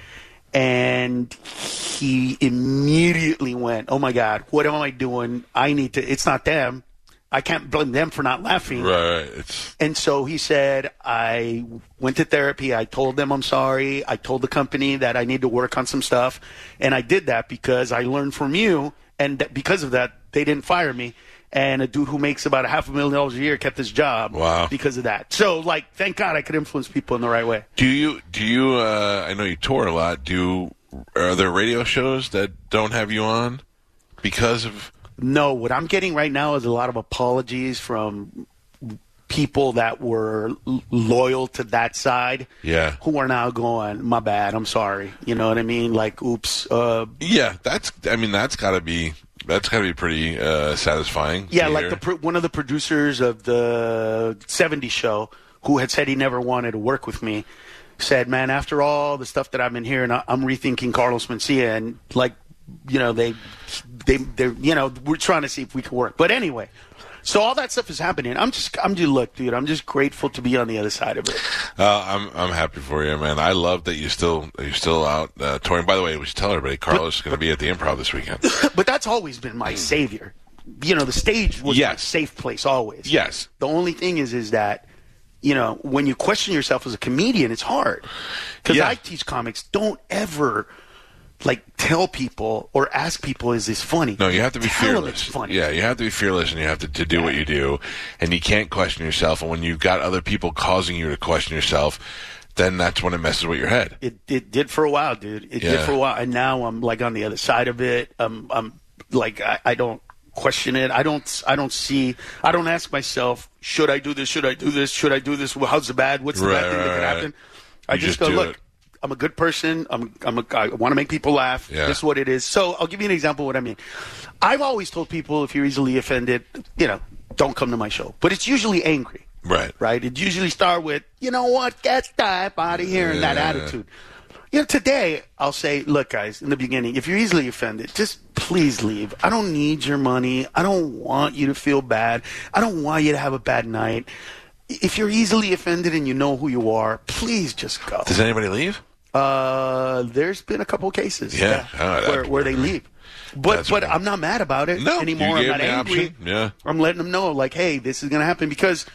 Speaker 4: And he immediately went, Oh my God, what am I doing? I need to, it's not them. I can't blame them for not laughing.
Speaker 3: Right, right. It's
Speaker 4: And so he said, I went to therapy. I told them I'm sorry. I told the company that I need to work on some stuff. And I did that because I learned from you. And that because of that, they didn't fire me. And a dude who makes about a half a million dollars a year kept his job
Speaker 3: Wow.
Speaker 4: because of that. So, like, thank God I could influence people in the right way.
Speaker 3: do you do you? Uh, I know you tour a lot. Do are there radio shows that don't have you on because of?
Speaker 4: No, what I'm getting right now is a lot of apologies from people that were l- loyal to that side.
Speaker 3: Yeah.
Speaker 4: Who are now going, my bad, I'm sorry. You know what I mean? Like, oops. Uh,
Speaker 3: Yeah, that's. I mean, that's got to be that's got to be pretty uh, satisfying.
Speaker 4: yeah,
Speaker 3: to
Speaker 4: like
Speaker 3: hear.
Speaker 4: the pro- one of the producers of the 70 show who had said he never wanted to work with me said, man, after all the stuff that I've been hearing, I- I'm rethinking Carlos Mencia. And, like, you know, they, they, they're, you know, we're trying to see if we can work. But anyway. So all that stuff is happening. I'm just, I'm just look, dude. I'm just grateful to be on the other side of it.
Speaker 3: Uh, I'm I'm happy for you, man. I love that you still you're still out uh, touring. By the way, we should tell everybody Carlos is going to be at the Improv this weekend.
Speaker 4: But that's always been my savior. You know, the stage was
Speaker 3: Mm.
Speaker 4: my
Speaker 3: Yes.
Speaker 4: safe place always.
Speaker 3: Yes.
Speaker 4: The only thing is, is that you know when you question yourself as a comedian, it's hard because
Speaker 3: Yeah.
Speaker 4: I teach comics. Don't ever like tell people or ask people, "Is this funny?"
Speaker 3: No, you have to be
Speaker 4: Tell 'em
Speaker 3: fearless.
Speaker 4: it's funny.
Speaker 3: Yeah, you have to be fearless, and you have to, to do what you do, and you can't question yourself. And when you've got other people causing you to question yourself, then that's when it messes with your head.
Speaker 4: It it did for a while, dude. It did
Speaker 3: Yeah.
Speaker 4: for a while, and now I'm like on the other side of it. I'm I'm like I, I don't question it. I don't I don't see. I don't ask myself, should I do this? Should I do this? Should I do this? Well, How's the bad? What's the
Speaker 3: Right,
Speaker 4: bad thing
Speaker 3: right,
Speaker 4: that could
Speaker 3: right.
Speaker 4: happen? I
Speaker 3: You
Speaker 4: just,
Speaker 3: just
Speaker 4: go
Speaker 3: do
Speaker 4: look.
Speaker 3: it.
Speaker 4: I'm a good person. I'm I'm a, I want to make people laugh.
Speaker 3: Yeah.
Speaker 4: This is what it is. So I'll give you an example of what I mean. I've always told people if you're easily offended, you know, don't come to my show. But it's usually angry
Speaker 3: Right.
Speaker 4: right? It usually start with, you know what, get the up out of here, and that
Speaker 3: Yeah.
Speaker 4: attitude. You know, today I'll say, look, guys, in the beginning, if you're easily offended, just please leave. I don't need your money. I don't want you to feel bad. I don't want you to have a bad night. If you're easily offended and you know who you are, please just go.
Speaker 3: Does anybody leave?
Speaker 4: Uh, there's been a couple cases,
Speaker 3: Yeah. Oh, that-
Speaker 4: where, where they leave. But
Speaker 3: That's-
Speaker 4: but I'm not mad about it
Speaker 3: No,
Speaker 4: anymore.
Speaker 3: you
Speaker 4: I'm
Speaker 3: gave
Speaker 4: not
Speaker 3: me an
Speaker 4: angry.
Speaker 3: option, yeah.
Speaker 4: I'm letting them know, like, hey, this is gonna happen because,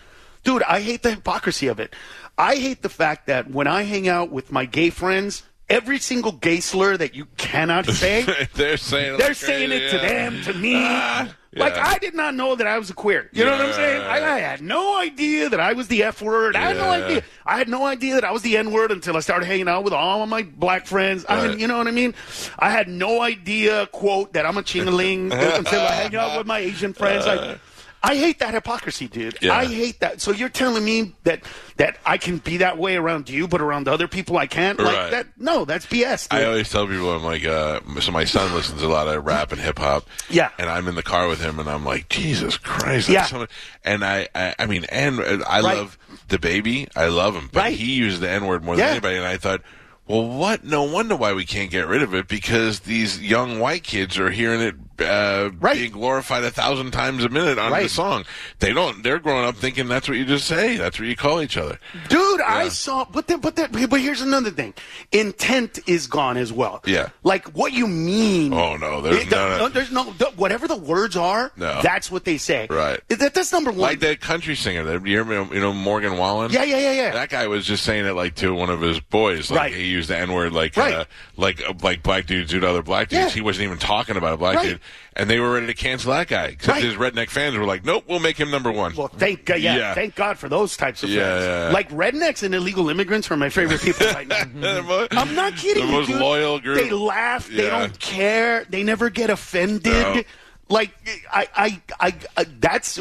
Speaker 4: dude, I hate the hypocrisy of it. I hate the fact that when I hang out with my gay friends, every single gay slur that you cannot say,
Speaker 3: They're saying it
Speaker 4: they're
Speaker 3: like
Speaker 4: saying
Speaker 3: crazy,
Speaker 4: it to
Speaker 3: yeah.
Speaker 4: them, to me.
Speaker 3: Ah.
Speaker 4: Like
Speaker 3: Yeah.
Speaker 4: I did not know that I was a queer. You know what I'm saying? I, I had no idea that I was the F word. I had no
Speaker 3: Yeah.
Speaker 4: idea. I had no idea that I was the N word until I started hanging out with all of my black friends. I
Speaker 3: Right.
Speaker 4: had, you know what I mean? I had no idea, quote, that I'm a chingaling until I hang out with my Asian friends. Like, I hate that hypocrisy, dude.
Speaker 3: Uh. Yeah.
Speaker 4: I hate that. So you're telling me that that I can be that way around you, but around other people I can't?
Speaker 3: Right.
Speaker 4: Like that? No, that's BS. Dude.
Speaker 3: I always tell people I'm like, uh, so my son listens to a lot of rap and hip hop.
Speaker 4: Yeah.
Speaker 3: And I'm in the car with him, and I'm like, Jesus Christ. that's
Speaker 4: Yeah.
Speaker 3: so much- and I, I, I mean, and uh, I
Speaker 4: Right.
Speaker 3: love the baby. I love him, but
Speaker 4: Right.
Speaker 3: he uses the N word more
Speaker 4: Yeah.
Speaker 3: than anybody. And I thought, well, what? No wonder why we can't get rid of it because these young white kids are hearing it uh,
Speaker 4: Right.
Speaker 3: being glorified a thousand times a minute on the
Speaker 4: Right.
Speaker 3: song. They don't. They're growing up thinking that's what you just say. That's what you call each other.
Speaker 4: Dude, I saw, but then, but that, but here's another thing: intent is gone as well.
Speaker 3: Yeah.
Speaker 4: like what you mean.
Speaker 3: Oh, no, there's
Speaker 4: It-
Speaker 3: none of-
Speaker 4: no, there's no, the- whatever the words are.
Speaker 3: No.
Speaker 4: that's what they say.
Speaker 3: Right.
Speaker 4: That, that's number one.
Speaker 3: Like that country singer, that you hear me, you know Morgan Wallen.
Speaker 4: Yeah, yeah, yeah, yeah.
Speaker 3: That guy was just saying it like to one of his boys. Like
Speaker 4: Right.
Speaker 3: he used the N word, like
Speaker 4: Right.
Speaker 3: uh, like uh, like black dudes do to other black dudes.
Speaker 4: Yeah.
Speaker 3: He wasn't even talking about a black
Speaker 4: Right.
Speaker 3: dude, and they were ready to cancel that guy. Except
Speaker 4: Right.
Speaker 3: his redneck fans were like, "Nope, we'll make him number one."
Speaker 4: well, thank God, yeah,
Speaker 3: Yeah.
Speaker 4: thank God for those types of
Speaker 3: Yeah,
Speaker 4: friends.
Speaker 3: yeah, yeah.
Speaker 4: Like rednecks and illegal immigrants are my favorite people right now. Mm-hmm. I'm not kidding.
Speaker 3: The
Speaker 4: you,
Speaker 3: most
Speaker 4: dude.
Speaker 3: loyal group.
Speaker 4: They laugh. They
Speaker 3: Yeah.
Speaker 4: don't care. They never get offended.
Speaker 3: No.
Speaker 4: Like I, I, I, I, that's.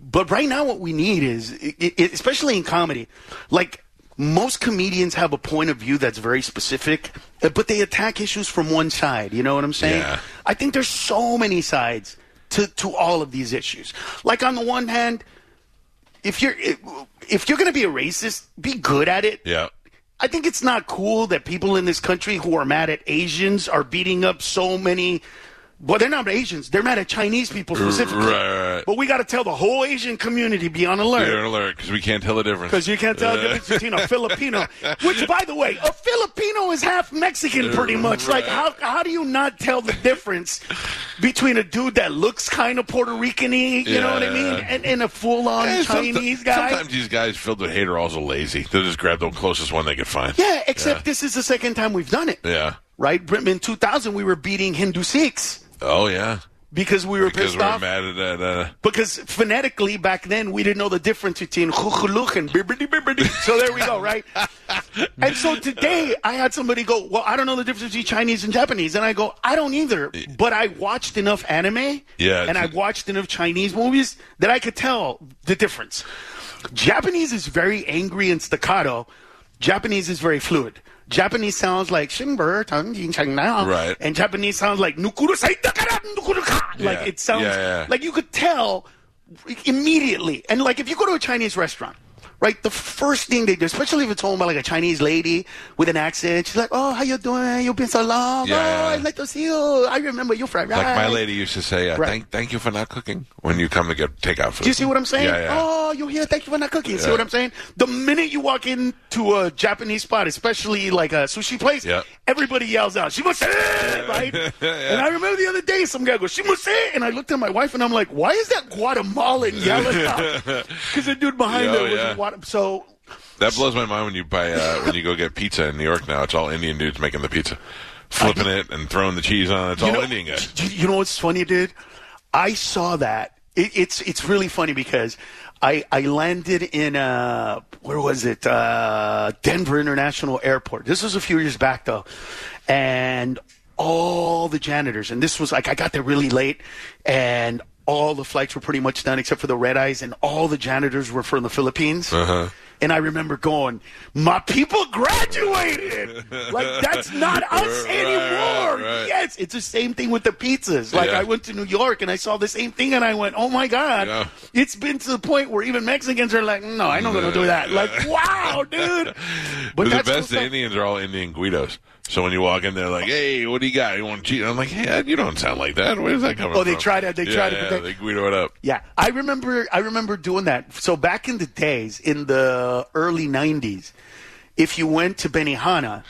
Speaker 4: But right now, what we need is, i i especially in comedy, like most comedians have a point of view that's very specific, uh, but they attack issues from one side. You know what I'm saying?
Speaker 3: Yeah.
Speaker 4: I think there's so many sides to to all of these issues. Like on the one hand, if you're if you're going to be a racist, be good at it.
Speaker 3: Yeah.
Speaker 4: I think it's not cool that people in this country who are mad at Asians are beating up so many. Well, they're not Asians. They're mad at Chinese people specifically.
Speaker 3: right, right, right.
Speaker 4: But we got to tell the whole Asian community be on
Speaker 3: They're
Speaker 4: alert
Speaker 3: alert because we can't tell the difference.
Speaker 4: because you can't tell the difference between a Filipino, which, by the way, a Filipino is half Mexican, pretty much. Like, how how do you not tell the difference between a dude that looks kind of Puerto Rican-y, you know what I mean,
Speaker 3: Yeah.
Speaker 4: and, and a full-on
Speaker 3: Eh, somet-
Speaker 4: Chinese guy?
Speaker 3: Sometimes these guys filled with hate are also lazy. They'll just grab the closest one they can find.
Speaker 4: Yeah, except this is the second time we've done it.
Speaker 3: Yeah.
Speaker 4: right? Br- In 2000, we were beating Hindu Sikhs
Speaker 3: Oh yeah.
Speaker 4: because we were
Speaker 3: Because
Speaker 4: pissed
Speaker 3: we're
Speaker 4: off.
Speaker 3: mad at that. Uh,
Speaker 4: Because phonetically, back then, we didn't know the difference between chuchuluch and bibbidi bibbidi. So there we go, right? and so today, I had somebody go, Well, I don't know the difference between Chinese and Japanese. And I go, I don't either. But I watched enough anime
Speaker 3: Yeah,
Speaker 4: and I
Speaker 3: it's-
Speaker 4: watched enough Chinese movies that I could tell the difference. Japanese is very angry and staccato, Japanese is very fluid. Japanese sounds like Shinbur,
Speaker 3: Right.
Speaker 4: right. and Japanese sounds like "Nukuru saitakara, nukuru ka." like
Speaker 3: Yeah.
Speaker 4: it sounds
Speaker 3: Yeah, yeah.
Speaker 4: like you could tell immediately. And like if you go to a Chinese restaurant, right, the first thing they do, especially if it's owned by like a Chinese lady with an accent, she's like, "Oh, how you doing? You've been so long.
Speaker 3: Yeah.
Speaker 4: Oh, I'd like to see you. I remember you fried rice."
Speaker 3: Like my lady used to say, uh,
Speaker 4: Right.
Speaker 3: "Thank, thank you for not cooking when you come to get takeout food."
Speaker 4: Do you see what I'm saying?
Speaker 3: Yeah, yeah.
Speaker 4: Oh, you're here. Thank you for not cooking. See
Speaker 3: Yeah.
Speaker 4: what I'm saying? The minute you walk into a Japanese spot, especially like a sushi place,
Speaker 3: Yeah.
Speaker 4: everybody yells out, "She must say!" Right? And I remember the other day, some guy goes, "She must say!" And I looked at my wife, and I'm like, "Why is that Guatemalan yelling out?" Because the dude behind
Speaker 3: Yeah,
Speaker 4: there was
Speaker 3: yeah.
Speaker 4: a Guatem- So
Speaker 3: That blows my mind when you buy uh, when you go get pizza in New York now. It's all Indian dudes making the pizza, flipping it and throwing the cheese on. it. It's all
Speaker 4: you know,
Speaker 3: Indian guys.
Speaker 4: you- you know what's funny, dude? I saw that. It, it's it's really funny because I I landed in uh where was it uh Denver International Airport. This was a few years back though, and all the janitors and this was like I got there really late and. All the flights were pretty much done except for the red eyes, and all the janitors were from the Philippines.
Speaker 3: Uh-huh.
Speaker 4: And I remember going, "My people graduated. like that's not us
Speaker 3: Right,
Speaker 4: anymore.
Speaker 3: right, right.
Speaker 4: Yeah, it's it's the same thing with the pizzas. Like
Speaker 3: Yeah.
Speaker 4: I went to New York and I saw the same thing and I went, "Oh my god."
Speaker 3: Yeah.
Speaker 4: It's been to the point where even Mexicans are like, "No, I'm not going to do that." Like, "Wow, dude." But
Speaker 3: the
Speaker 4: that's
Speaker 3: best
Speaker 4: what's up.
Speaker 3: Indians are all Indian Guidos. So when you walk in, they're like, "Hey, what do you got? You want cheese?" I'm like, "Hey, you don't sound like that. Where's that coming?"
Speaker 4: Oh, they
Speaker 3: from?"
Speaker 4: try to- they
Speaker 3: yeah,
Speaker 4: try to
Speaker 3: Yeah,
Speaker 4: protect-
Speaker 3: they Guido it up.
Speaker 4: Yeah, I remember. I remember doing that. So back in the days, in the early '90s, if you went to Benihana,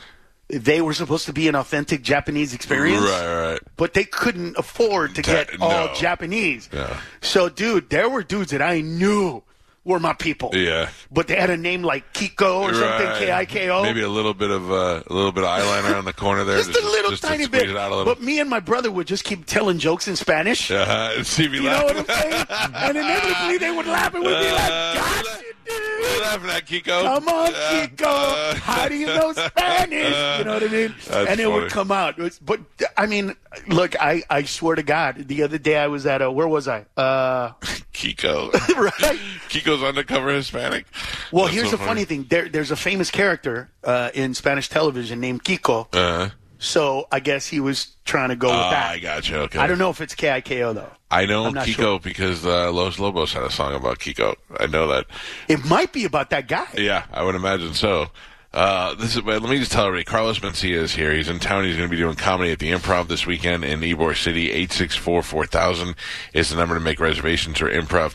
Speaker 4: they were supposed to be an authentic Japanese experience.
Speaker 3: Right, right.
Speaker 4: But they couldn't afford to
Speaker 3: Ta-
Speaker 4: get all
Speaker 3: no.
Speaker 4: Japanese.
Speaker 3: Yeah.
Speaker 4: So, dude, there were dudes that I knew were my people.
Speaker 3: Yeah.
Speaker 4: But they had a name like Kiko or something,
Speaker 3: Right.
Speaker 4: K I K O.
Speaker 3: Maybe a little bit of uh, a little bit of eyeliner on the corner there,
Speaker 4: Just a little
Speaker 3: just to
Speaker 4: tiny
Speaker 3: squeeze
Speaker 4: bit.
Speaker 3: it out a little.
Speaker 4: But me and my brother would just keep telling jokes in Spanish.
Speaker 3: uh, and see if he
Speaker 4: You know
Speaker 3: laughed.
Speaker 4: what I'm saying? and inevitably they would laugh and would be like,
Speaker 3: Uh,
Speaker 4: "Gotcha, dude."
Speaker 3: You're laughing at Kiko.
Speaker 4: Come on,
Speaker 3: Uh,
Speaker 4: Kiko.
Speaker 3: uh,
Speaker 4: How do you know Spanish? you know what I mean?
Speaker 3: That's
Speaker 4: and it
Speaker 3: funny.
Speaker 4: would come out. It's- But I mean, look, I, I swear to God, the other day I was at a where was I? Uh,
Speaker 3: Kiko.
Speaker 4: right.
Speaker 3: Kiko's undercover Hispanic.
Speaker 4: Well,
Speaker 3: That's
Speaker 4: here's
Speaker 3: so
Speaker 4: the funny thing. There, there's a famous character uh, in Spanish television named Kiko.
Speaker 3: Uh,
Speaker 4: So I guess he was trying to go with
Speaker 3: ah,
Speaker 4: that.
Speaker 3: I gotcha. Okay.
Speaker 4: I don't know if it's KIKO though.
Speaker 3: I know
Speaker 4: I'm not
Speaker 3: Kiko
Speaker 4: sure.
Speaker 3: because uh, Los Lobos had a song about Kiko. I know that.
Speaker 4: It might be about that guy.
Speaker 3: Yeah, I would imagine so. Uh, this is. Let me just tell everybody. Carlos Mencia is here. He's in town. He's going to be doing comedy at the Improv this weekend in Ybor City. Eight six four four thousand is the number to make reservations or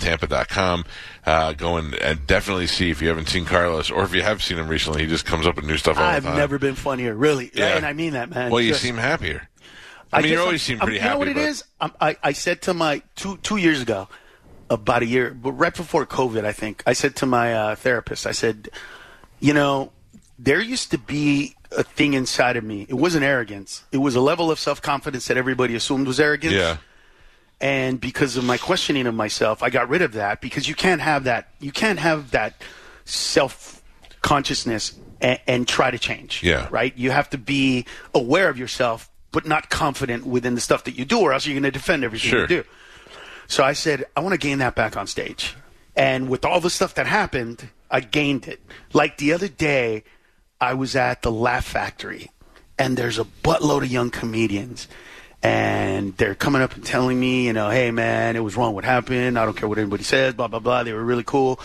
Speaker 3: improvtampa.com. Uh, go and, and definitely see if you haven't seen Carlos or if you have seen him recently. He just comes up with new stuff all
Speaker 4: I've
Speaker 3: the time.
Speaker 4: never been funnier, really,
Speaker 3: uh, Yeah.
Speaker 4: and I mean that, man.
Speaker 3: Well, you
Speaker 4: Just-
Speaker 3: seem happier.
Speaker 4: I
Speaker 3: I mean,
Speaker 4: guess
Speaker 3: you always
Speaker 4: I'm-
Speaker 3: seem
Speaker 4: I'm-
Speaker 3: pretty
Speaker 4: You know
Speaker 3: happy.
Speaker 4: what it
Speaker 3: but-
Speaker 4: is? I'm, I, I said to my two two years ago, about a year, but right before COVID, I think I said to my uh, therapist, I said, you know, there used to be a thing inside of me. It wasn't arrogance. It was a level of self confidence that everybody assumed was arrogance.
Speaker 3: Yeah.
Speaker 4: And because of my questioning of myself, I got rid of that because you can't have that. You can't have that self consciousness and, and try to change.
Speaker 3: Yeah.
Speaker 4: Right. You have to be aware of yourself, but not confident within the stuff that you do, or else you're going to defend everything
Speaker 3: Sure.
Speaker 4: you do. So I said, I want to gain that back on stage. And with all the stuff that happened, I gained it. Like the other day, I was at the Laugh Factory, and there's a buttload of young comedians. And they're coming up and telling me, you know, hey, man, it was wrong what happened. I don't care what anybody says, blah, blah, blah. They were really cool.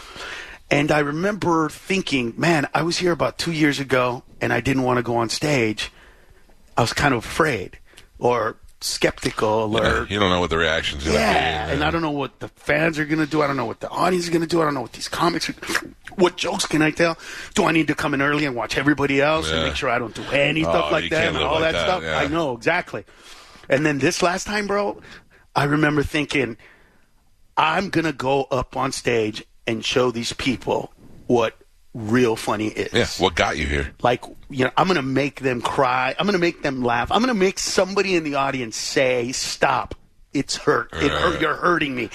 Speaker 4: And I remember thinking, man, I was here about two years ago, and I didn't want to go on stage. I was kind of afraid or skeptical or
Speaker 3: You don't know what the reaction's going to
Speaker 4: yeah,
Speaker 3: be.
Speaker 4: and I don't know what the fans are gonna do. I don't know what the audience is gonna do. I don't know what these comics are. What jokes can I tell? Do I need to come in early and watch everybody else and
Speaker 3: Yeah.
Speaker 4: make sure I don't do any
Speaker 3: Oh,
Speaker 4: stuff
Speaker 3: you
Speaker 4: like that
Speaker 3: can't
Speaker 4: and
Speaker 3: live
Speaker 4: all
Speaker 3: like
Speaker 4: that,
Speaker 3: that,
Speaker 4: stuff?
Speaker 3: yeah.
Speaker 4: I know exactly. And then this last time, bro, I remember thinking, I'm gonna go up on stage and show these people what real funny is.
Speaker 3: Yeah. What got you here?
Speaker 4: Like, you know, I'm going to make them cry. I'm going to make them laugh. I'm going to make somebody in the audience say, stop. It's hurt. It hurt. You're hurting me.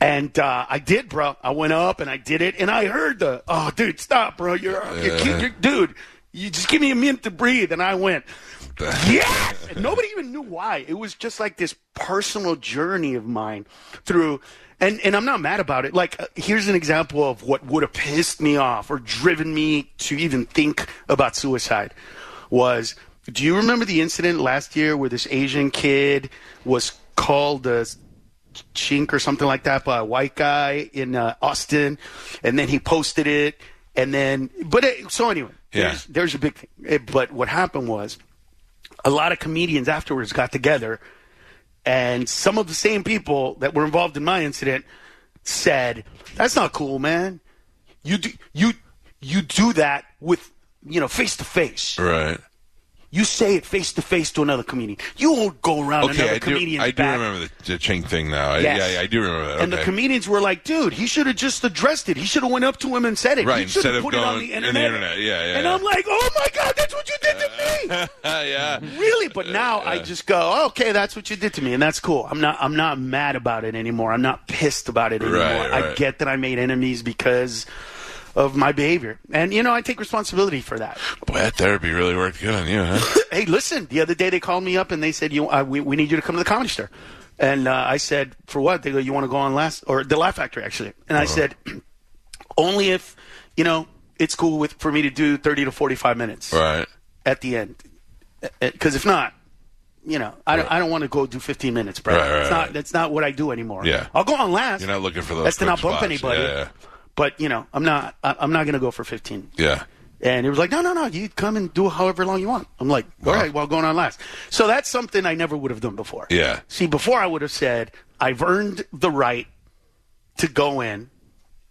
Speaker 4: And uh, I did, bro. I went up and I did it. And I heard the, oh, dude, stop, bro. You're, you're,
Speaker 3: Yeah.
Speaker 4: you're- dude, you just give me a minute to breathe. And I went, yes. And nobody even knew why. It was just like this personal journey of mine through. And, and I'm not mad about it. Like, uh, here's an example of what would have pissed me off or driven me to even think about suicide was do you remember the incident last year where this Asian kid was called a chink or something like that by a white guy in uh, Austin? And then he posted it. And then, but it, so anyway,
Speaker 3: Yeah.
Speaker 4: there's, there's a big thing. Eh, But what happened was a lot of comedians afterwards got together, and some of the same people that were involved in my incident said, "That's not cool, man. You do you you do that with you know face to face.
Speaker 3: Right.
Speaker 4: You say it face to face to another comedian. You won't go around
Speaker 3: Okay, I
Speaker 4: another
Speaker 3: do,
Speaker 4: comedian's
Speaker 3: I do
Speaker 4: back."
Speaker 3: remember the, the Ching thing now. I,
Speaker 4: Yes.
Speaker 3: Yeah, I do remember that.
Speaker 4: And the
Speaker 3: Okay.
Speaker 4: comedians were like, "Dude, he should have just addressed it. He should have went up to him and said it.
Speaker 3: Right,
Speaker 4: he should
Speaker 3: instead of
Speaker 4: have put it on
Speaker 3: going
Speaker 4: the
Speaker 3: in the
Speaker 4: internet."
Speaker 3: internet. Yeah, yeah,
Speaker 4: And
Speaker 3: yeah.
Speaker 4: I'm like, "Oh my god, that's what you did to me."
Speaker 3: yeah.
Speaker 4: really but now i just go "Oh, okay that's what you did to me and that's cool i'm not i'm not mad about it anymore i'm not pissed about it anymore
Speaker 3: Right,
Speaker 4: i
Speaker 3: right.
Speaker 4: get that i made enemies because of my behavior and you know i take responsibility for that
Speaker 3: Boy, that therapy really worked good on you, huh?
Speaker 4: hey listen the other day they called me up and they said you uh, we, we need you to come to the comedy store and uh, i said for what they go you want to go on last or the laugh factory actually and i
Speaker 3: Uh-huh.
Speaker 4: said only if you know it's cool with for me to do 30 to 45 minutes
Speaker 3: right.
Speaker 4: at the end because if not you know i don't, I don't want to go do 15 minutes bro
Speaker 3: Right, right,
Speaker 4: it's not
Speaker 3: right.
Speaker 4: that's not what i do anymore
Speaker 3: Yeah.
Speaker 4: i'll go on last
Speaker 3: You're not looking for those
Speaker 4: that's to
Speaker 3: quick
Speaker 4: not bump
Speaker 3: spots.
Speaker 4: anybody
Speaker 3: Yeah, yeah.
Speaker 4: but you know i'm not I, i'm not gonna go for 15
Speaker 3: Yeah.
Speaker 4: and it was like no no no you come and do however long you want i'm like all
Speaker 3: Wow.
Speaker 4: right well going on last so that's something i never would have done before
Speaker 3: Yeah.
Speaker 4: see before i would have said i've earned the right to go in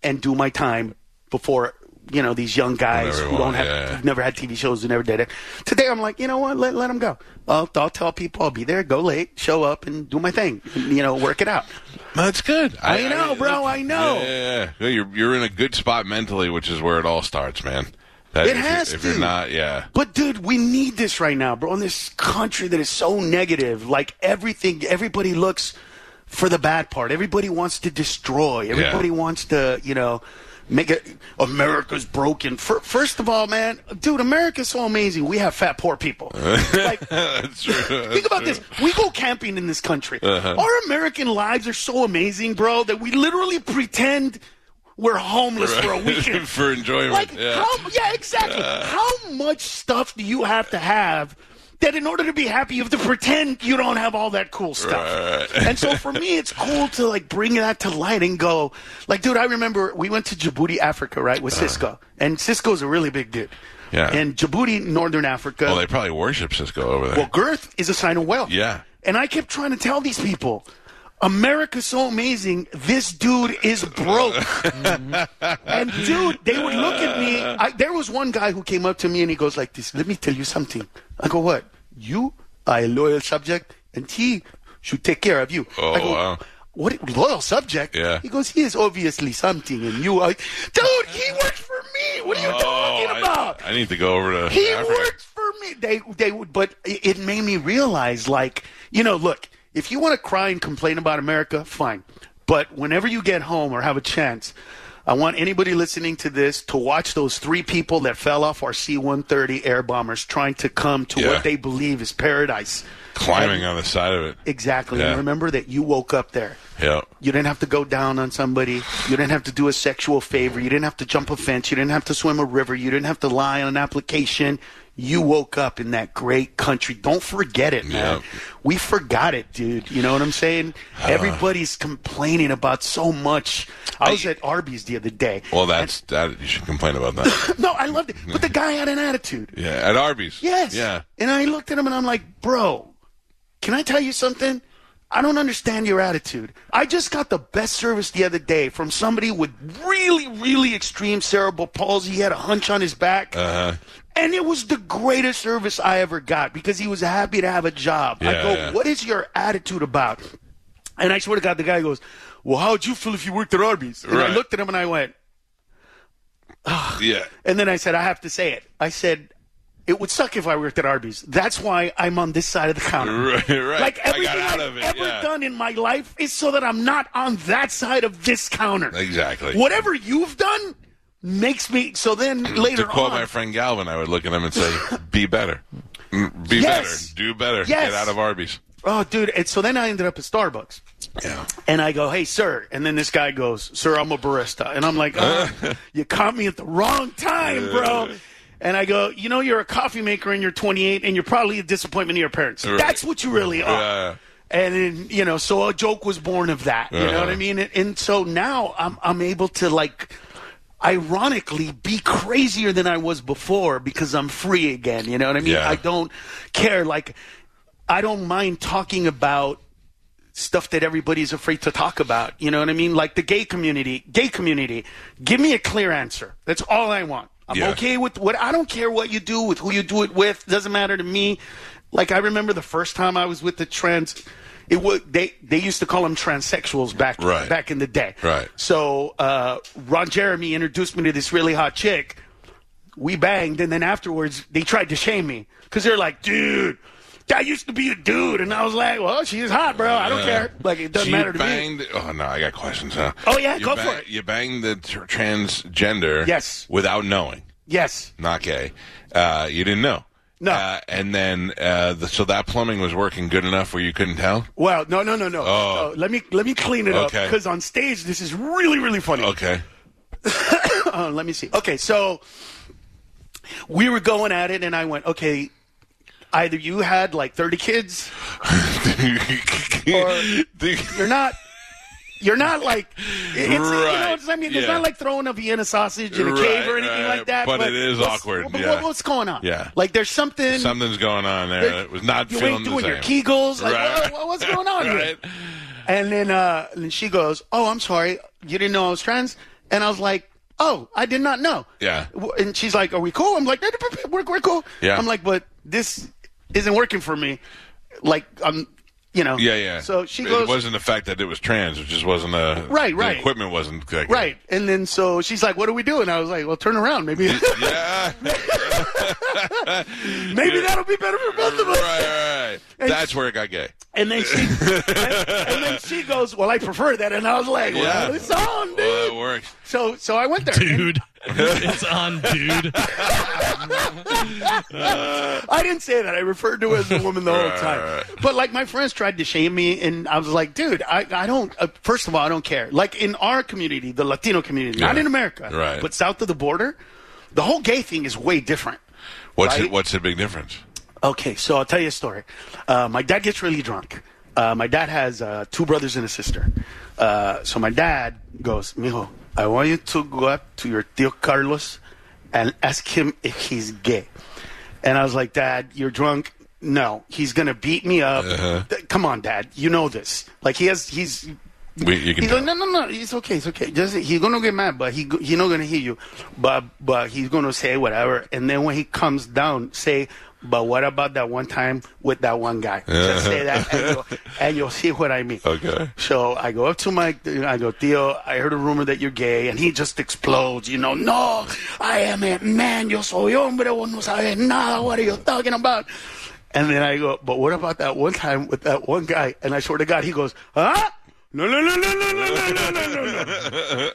Speaker 4: and do my time before you know these young guys
Speaker 3: Whatever
Speaker 4: who
Speaker 3: you
Speaker 4: don't
Speaker 3: want,
Speaker 4: have
Speaker 3: yeah.
Speaker 4: who've never had TV shows who never did it. Today I'm like, you know what? Let let them go. I'll I'll tell people I'll be there, go late, show up, and do my thing. You know, work it out.
Speaker 3: That's good.
Speaker 4: I know, bro, I know.
Speaker 3: Yeah, yeah, yeah. You're you're in a good spot mentally, which is where it all starts, man. That-
Speaker 4: It
Speaker 3: if you-
Speaker 4: has
Speaker 3: If you're
Speaker 4: to.
Speaker 3: not, yeah.
Speaker 4: But dude, we need this right now, bro. In this country that is so negative, like everything, everybody looks for the bad part. Everybody wants to destroy. Everybody wants to, you know, make it. America's broken. Fir- First of all, man, dude, America's so amazing. We have fat poor people. like,
Speaker 3: That's true. Uh-huh.
Speaker 4: Think about this. We go camping in this country. Our American lives are so amazing, bro, that we literally pretend we're homeless for a weekend.
Speaker 3: For enjoyment,
Speaker 4: Like,
Speaker 3: yeah.
Speaker 4: How, yeah, exactly. How much stuff do you have to have that in order to be happy, you have to pretend you don't have all that cool stuff?
Speaker 3: Right.
Speaker 4: and so for me, it's cool to like bring that to light and go, like, dude, I remember we went to Djibouti, Africa, right, with Cisco. And Cisco's a really big dude.
Speaker 3: Uh-huh. Yeah.
Speaker 4: And Djibouti, Northern Africa.
Speaker 3: Well, they probably worship Cisco over there.
Speaker 4: Well, girth is a sign of wealth.
Speaker 3: Yeah.
Speaker 4: And I kept trying to tell these people, America's so amazing. This dude is broke. and dude, they would look at me. I, there was one guy who came up to me and he goes like this. Let me tell you something. I go, what? You are a loyal subject, and he should take care of you.
Speaker 3: Oh,
Speaker 4: I go,
Speaker 3: wow.
Speaker 4: What loyal subject?
Speaker 3: Yeah.
Speaker 4: He goes, he is obviously something, and you are. Dude, he works for me. What are you
Speaker 3: Oh,
Speaker 4: talking
Speaker 3: I-
Speaker 4: about?
Speaker 3: I, need to go over to.
Speaker 4: He
Speaker 3: Africa.
Speaker 4: works for me. They they would, but it it made me realize, like, you know, look, if you want to cry and complain about America, fine. But whenever you get home or have a chance, I want anybody listening to this to watch those three people that fell off our C-130 air bombers trying to come to
Speaker 3: Yeah.
Speaker 4: what they believe is paradise.
Speaker 3: climbing on the side of it.
Speaker 4: Exactly.
Speaker 3: Yeah.
Speaker 4: And remember that you woke up there.
Speaker 3: Yeah.
Speaker 4: You didn't have to go down on somebody. You didn't have to do a sexual favor. You didn't have to jump a fence. You didn't have to swim a river. You didn't have to lie on an application. You woke up in that great country. Don't forget it, man.
Speaker 3: Yeah.
Speaker 4: We forgot it, dude. You know what I'm saying? Everybody's complaining about so much. I was at Arby's the other day.
Speaker 3: Well, that's that. You should complain about that.
Speaker 4: No, I loved it. But the guy had an attitude.
Speaker 3: yeah, at Arby's.
Speaker 4: Yes.
Speaker 3: Yeah.
Speaker 4: And I looked at him and I'm like, bro, can I tell you something? I don't understand your attitude. I just got the best service the other day from somebody with really, really extreme cerebral palsy. He had a hunch on his back.
Speaker 3: Uh-huh.
Speaker 4: And it was the greatest service I ever got because he was happy to have a job. I
Speaker 3: Yeah,
Speaker 4: go,
Speaker 3: yeah.
Speaker 4: what is your attitude about? And I swear to God, the guy goes, well, how would you feel if you worked at Arby's? And
Speaker 3: Right.
Speaker 4: I looked at him and I went,
Speaker 3: Yeah.
Speaker 4: and then I said, I have to say it. I said, it would suck if I worked at Arby's. That's why I'm on this side of the counter.
Speaker 3: Right. right.
Speaker 4: Like
Speaker 3: I
Speaker 4: everything
Speaker 3: got out
Speaker 4: I've
Speaker 3: of it.
Speaker 4: ever
Speaker 3: yeah.
Speaker 4: done in my life is so that I'm not on that side of this counter.
Speaker 3: Exactly.
Speaker 4: Whatever you've done makes me so then later
Speaker 3: Mm, to quote
Speaker 4: on.
Speaker 3: my friend Galvin, I would look at him and say, "Be better, Mm, be
Speaker 4: Yes.
Speaker 3: better, do better,
Speaker 4: Yes.
Speaker 3: get out of Arby's."
Speaker 4: oh dude, and so then I ended up at Starbucks.
Speaker 3: Yeah.
Speaker 4: And I go, hey, sir. And then this guy goes, sir, I'm a barista. And I'm like, uh, you caught me at the wrong time, bro. And I go, you know, you're a coffee maker and you're 28 and you're probably a disappointment to your parents.
Speaker 3: Right.
Speaker 4: That's what you really are.
Speaker 3: Yeah.
Speaker 4: And then, you know, so a joke was born of that. You know what I mean? And, and so now I'm, I'm able to, like, ironically be crazier than I was before because I'm free again. You know what I mean?
Speaker 3: Yeah.
Speaker 4: I don't care. Like, I don't mind talking about stuff that everybody's afraid to talk about. You know what I mean? Like the gay community, gay community. Give me a clear answer. That's all I want. I'm
Speaker 3: Yeah.
Speaker 4: okay with what I don't care what you do with who you do it with. Doesn't matter to me. Like I remember the first time I was with the trans, it was they they used to call them transsexuals back
Speaker 3: Right.
Speaker 4: back in the day.
Speaker 3: Right.
Speaker 4: So uh, Ron Jeremy introduced me to this really hot chick. We banged, and then afterwards they tried to shame me because they're like, "Dude, that used to be a dude," and I was like, "Well, she's hot, bro. I don't care. Like it doesn't
Speaker 3: So you
Speaker 4: matter to me."
Speaker 3: banged, Oh no, I got questions now.
Speaker 4: Oh, yeah,
Speaker 3: you
Speaker 4: go for it.
Speaker 3: You banged the tr- transgender.
Speaker 4: Yes.
Speaker 3: Without knowing,
Speaker 4: Yes,
Speaker 3: not gay. Uh, you didn't know.
Speaker 4: No.
Speaker 3: Uh, and then, uh, the, so that plumbing was working good enough where you couldn't tell.
Speaker 4: Well, no, no, no, no.
Speaker 3: Oh.
Speaker 4: No, let me let me clean it up
Speaker 3: Okay.
Speaker 4: because on stage this is really really funny.
Speaker 3: Okay.
Speaker 4: Uh, let me see. Okay, so we were going at it, and I went, okay. Either you had like thirty kids, you're not. You're not like it's you know
Speaker 3: Right,
Speaker 4: what I mean. It's
Speaker 3: yeah.
Speaker 4: not like throwing a Vienna sausage in a
Speaker 3: Right,
Speaker 4: cave or anything
Speaker 3: right,
Speaker 4: like that.
Speaker 3: but it is
Speaker 4: what's-
Speaker 3: awkward,
Speaker 4: But
Speaker 3: yeah.
Speaker 4: what- what's going on?
Speaker 3: Yeah.
Speaker 4: like there's something.
Speaker 3: Something's going on there.
Speaker 4: Like,
Speaker 3: It was not
Speaker 4: you
Speaker 3: feeling
Speaker 4: ain't
Speaker 3: the
Speaker 4: doing
Speaker 3: same.
Speaker 4: your kegels. Like,
Speaker 3: Right.
Speaker 4: what- what's going on here?
Speaker 3: Right.
Speaker 4: And then uh, and she goes, "Oh, I'm sorry, you didn't know I was trans." And I was like, "Oh, I did not know."
Speaker 3: Yeah.
Speaker 4: W- And she's like, "Are we cool?" I'm like, "Eh, eh, eh, "We're we're cool."
Speaker 3: Yeah.
Speaker 4: I'm like, "But this isn't working for me. Like, I'm you know.
Speaker 3: Yeah, yeah.
Speaker 4: So she
Speaker 3: it
Speaker 4: goes.
Speaker 3: wasn't the fact that it was trans; it just wasn't a
Speaker 4: Right,
Speaker 3: the
Speaker 4: right.
Speaker 3: Equipment wasn't that good.
Speaker 4: Right. And then so she's like, What do we do? And I was like, Well, turn around. Maybe
Speaker 3: Yeah.
Speaker 4: maybe that'll be better for both
Speaker 3: right,
Speaker 4: of us.
Speaker 3: right, right. That's where it got gay.
Speaker 4: And then she and, and then she goes, Well, I prefer that and I was like, Well,
Speaker 3: Yeah.
Speaker 4: it's on, dude.
Speaker 3: Well, it works.
Speaker 4: so so I went there. And
Speaker 1: dude. it's on, dude.
Speaker 4: I didn't say that. I referred to her as a woman the whole
Speaker 3: Right,
Speaker 4: time.
Speaker 3: right.
Speaker 4: But like my friends tried to shame me and I was like, dude, I, I don't uh, first of all, I don't care. Like in our community, the Latino community, not
Speaker 3: Yeah.
Speaker 4: in America,
Speaker 3: Right.
Speaker 4: but south of the border, the whole gay thing is way different.
Speaker 3: What's
Speaker 4: Right?
Speaker 3: it, what's the big difference?
Speaker 4: Okay, so I'll tell you a story. Uh, my dad gets really drunk. Uh, my dad has uh, two brothers and a sister. Uh, so my dad goes, Mijo, I want you to go up to your tío Carlos and ask him if he's gay. And I was like, Dad, you're drunk. No, he's going to beat me up. Th- Come on, Dad. You know this. Like, he has, he's
Speaker 3: We, you can
Speaker 4: He's
Speaker 3: tell.
Speaker 4: like, no, no, no, it's okay, it's okay. Just he's gonna get mad, but he go- he not gonna hear you, but but he's gonna say whatever, and then when he comes down, say, but what about that one time with that one guy? Just say that, and you'll, and you'll see what I mean.
Speaker 3: Okay.
Speaker 4: So I go up to Mike. I go, Theo, I heard a rumor that you're gay, and he just explodes. You know, no, I am a man. Yo soy hombre. Vos no sabes nada. What are you talking about? And then I go, but what about that one time with that one guy? And I swear to God, he goes, huh? No, no, no, no, no, no, no, no, no, no, no.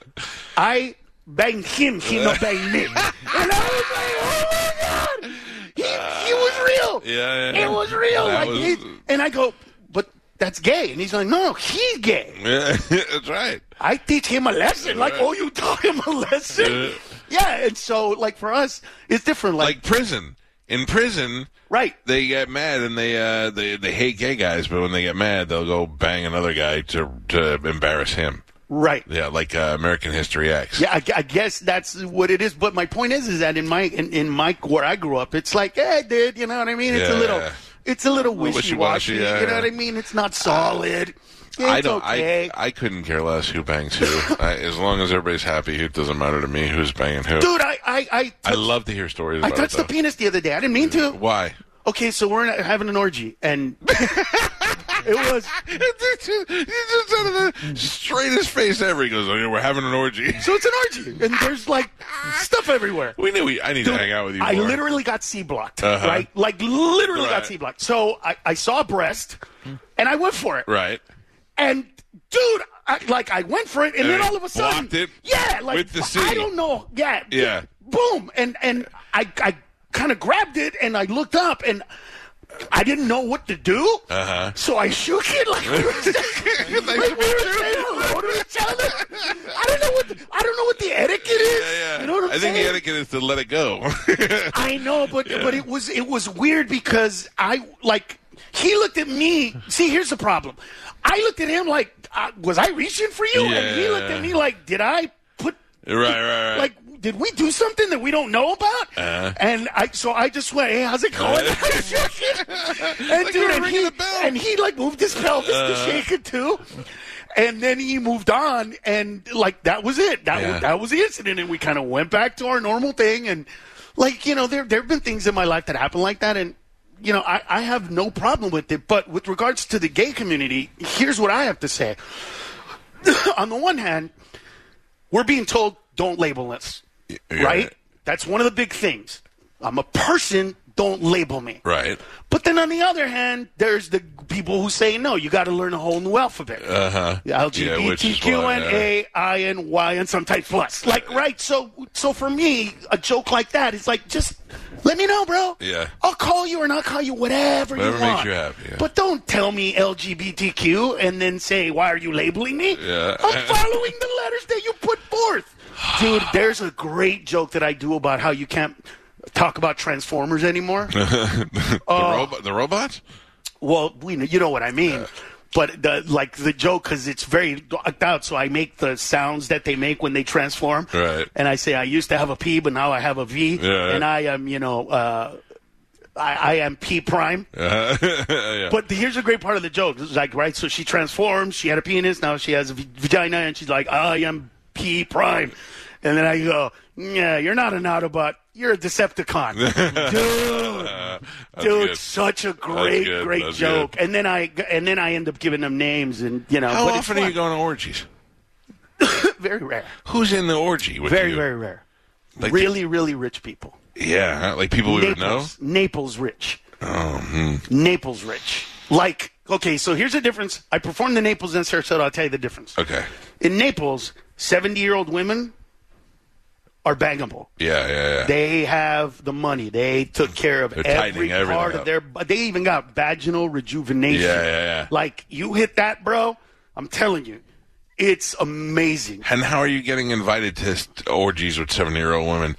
Speaker 4: I banged him. He not banged me. And I was like, oh my God. He, he was real.
Speaker 3: Yeah, yeah.
Speaker 4: It was real.
Speaker 3: That
Speaker 4: Like,
Speaker 3: was-
Speaker 4: he, and I go, but that's gay. And he's like, no, no, he's gay.
Speaker 3: Yeah, that's right.
Speaker 4: I teach him a lesson. Like, oh, you taught him a lesson? Yeah, and so, like, for us, it's different. Like,
Speaker 3: Like prison. In prison,
Speaker 4: right.
Speaker 3: they get mad and they uh, they they hate gay guys, but when they get mad, they'll go bang another guy to to embarrass him.
Speaker 4: Right.
Speaker 3: Yeah, like uh, American History X.
Speaker 4: Yeah, I, I guess that's what it is. But my point is, is that in my in, in my where I grew up, it's like, hey, dude, you know what I mean? It's a
Speaker 3: Yeah.
Speaker 4: little, it's a little wishy
Speaker 3: wishy-washy,
Speaker 4: washy.
Speaker 3: yeah,
Speaker 4: you know
Speaker 3: yeah.
Speaker 4: what I mean? It's not solid. It's
Speaker 3: I don't.
Speaker 4: okay.
Speaker 3: I I couldn't care less who bangs who. I, as long as everybody's happy, it doesn't matter to me who's banging who.
Speaker 4: dude, I I I,
Speaker 3: I love to hear stories.
Speaker 4: I
Speaker 3: About
Speaker 4: touched the
Speaker 3: it,
Speaker 4: penis the other day. I didn't mean
Speaker 3: though.
Speaker 4: to.
Speaker 3: Why?
Speaker 4: Okay, so we're in- having an orgy, and it was.
Speaker 3: you just out of the straightest face ever. He goes, "Oh, yeah, we're having an orgy."
Speaker 4: So it's an orgy, and there's like stuff everywhere.
Speaker 3: We knew we, I need to hang out with you.
Speaker 4: I
Speaker 3: more.
Speaker 4: literally got C blocked,
Speaker 3: Uh-huh.
Speaker 4: right? Like literally got
Speaker 3: Right. Hmm.
Speaker 4: C blocked. So I, I saw a breast, and I went for it.
Speaker 3: right.
Speaker 4: And dude, I, like I went for it, and, then
Speaker 3: And
Speaker 4: all of a sudden,
Speaker 3: blocked it
Speaker 4: yeah, like
Speaker 3: with the C.
Speaker 4: I don't know, yeah,
Speaker 3: Yeah.
Speaker 4: boom, and and I I kind of grabbed it, and I looked up, and I didn't know what to do, uh-huh. so I shook it like we were saying, like we were saying hello to each other. I don't know what the, I don't know what the etiquette is.
Speaker 3: Yeah, yeah.
Speaker 4: You know what I'm
Speaker 3: I
Speaker 4: saying?
Speaker 3: think the etiquette is to let it go.
Speaker 4: I know, but but it was it was weird because I like he looked at me. See, here's the problem. I looked at him like, uh, was I reaching for you? And he looked at me
Speaker 3: Yeah.
Speaker 4: like, did I put
Speaker 3: right, right, right.
Speaker 4: like did we do something that we don't know about?
Speaker 3: Uh-huh.
Speaker 4: And I so I just went, hey, how's it going? and
Speaker 3: Like we
Speaker 4: dude,
Speaker 3: were
Speaker 4: and
Speaker 3: ringing
Speaker 4: he,
Speaker 3: the bell.
Speaker 4: and he like moved his pelvis
Speaker 3: Uh.
Speaker 4: to shake it too. And then he moved on, and like that was it. That
Speaker 3: Yeah.
Speaker 4: was, that was the incident, and we kind of went back to our normal thing. And like you know, there there have been things in my life that happen like that, and you know, I, I have no problem with it. But with regards to the gay community, here's what I have to say on the one hand, we're being told don't label us,
Speaker 3: yeah.
Speaker 4: right? That's one of the big things. I'm a person, don't label me.
Speaker 3: right.
Speaker 4: But then on the other hand, there's the people who say no, you got to learn a whole new alphabet. Uh huh.
Speaker 3: Uh-huh. Yeah, which is uh,
Speaker 4: LGBTQ
Speaker 3: why,
Speaker 4: and
Speaker 3: yeah.
Speaker 4: A I and Y and sometimes plus. Like right, so so for me, a joke like that is like just let me know, bro.
Speaker 3: Yeah.
Speaker 4: I'll call you and I'll call you whatever,
Speaker 3: Whatever
Speaker 4: you want.
Speaker 3: makes you happy, yeah.
Speaker 4: But don't tell me LGBTQ and then say why are you labeling me?
Speaker 3: Yeah.
Speaker 4: I'm following the letters that you put forth. Dude, there's a great joke that I do about how you can't talk about Transformers anymore.
Speaker 3: uh, the,
Speaker 4: Oh.
Speaker 3: robo- the robots?
Speaker 4: Well, we know, you know what I mean. But the like the joke because it's very ducked out, so I make the sounds that they make when they transform.
Speaker 3: Right.
Speaker 4: And I say I used to have a P, but now I have a V,
Speaker 3: Yeah.
Speaker 4: and I am you know uh, I, I am P prime.
Speaker 3: Uh, yeah.
Speaker 4: But the, here's a great part of the joke. It's like right, so she transforms. She had a penis, now she has a v- vagina, and she's like I am P prime. And then I go, yeah, you're not an Autobot. You're a Decepticon, dude.
Speaker 3: Uh, That's
Speaker 4: dude,
Speaker 3: good.
Speaker 4: such a great,
Speaker 3: good.
Speaker 4: great
Speaker 3: That's
Speaker 4: joke.
Speaker 3: good.
Speaker 4: And then I and then I end up giving them names, and you know,
Speaker 3: How
Speaker 4: but
Speaker 3: often
Speaker 4: it's
Speaker 3: are you going to orgies?
Speaker 4: fun. very rare,
Speaker 3: Who's in the orgy with
Speaker 4: very,
Speaker 3: you?
Speaker 4: very rare.
Speaker 3: Like
Speaker 4: really, really rich people.
Speaker 3: Yeah, huh? like people we would know. Oh, hmm.
Speaker 4: Naples, Naples rich. Naples rich. Like, okay, so here's the difference. I performed in Naples and Sarasota. I'll tell you the difference.
Speaker 3: Okay.
Speaker 4: In Naples, 70 year old women are bangable.
Speaker 3: Yeah, yeah, yeah.
Speaker 4: They have the money. They took care of
Speaker 3: They're
Speaker 4: every
Speaker 3: tightening everything
Speaker 4: part
Speaker 3: up.
Speaker 4: of their. They even got vaginal rejuvenation.
Speaker 3: Yeah, yeah, yeah.
Speaker 4: Like you hit that, bro. I'm telling you, it's amazing.
Speaker 3: and how are you getting invited to s- orgies with seven-year-old women?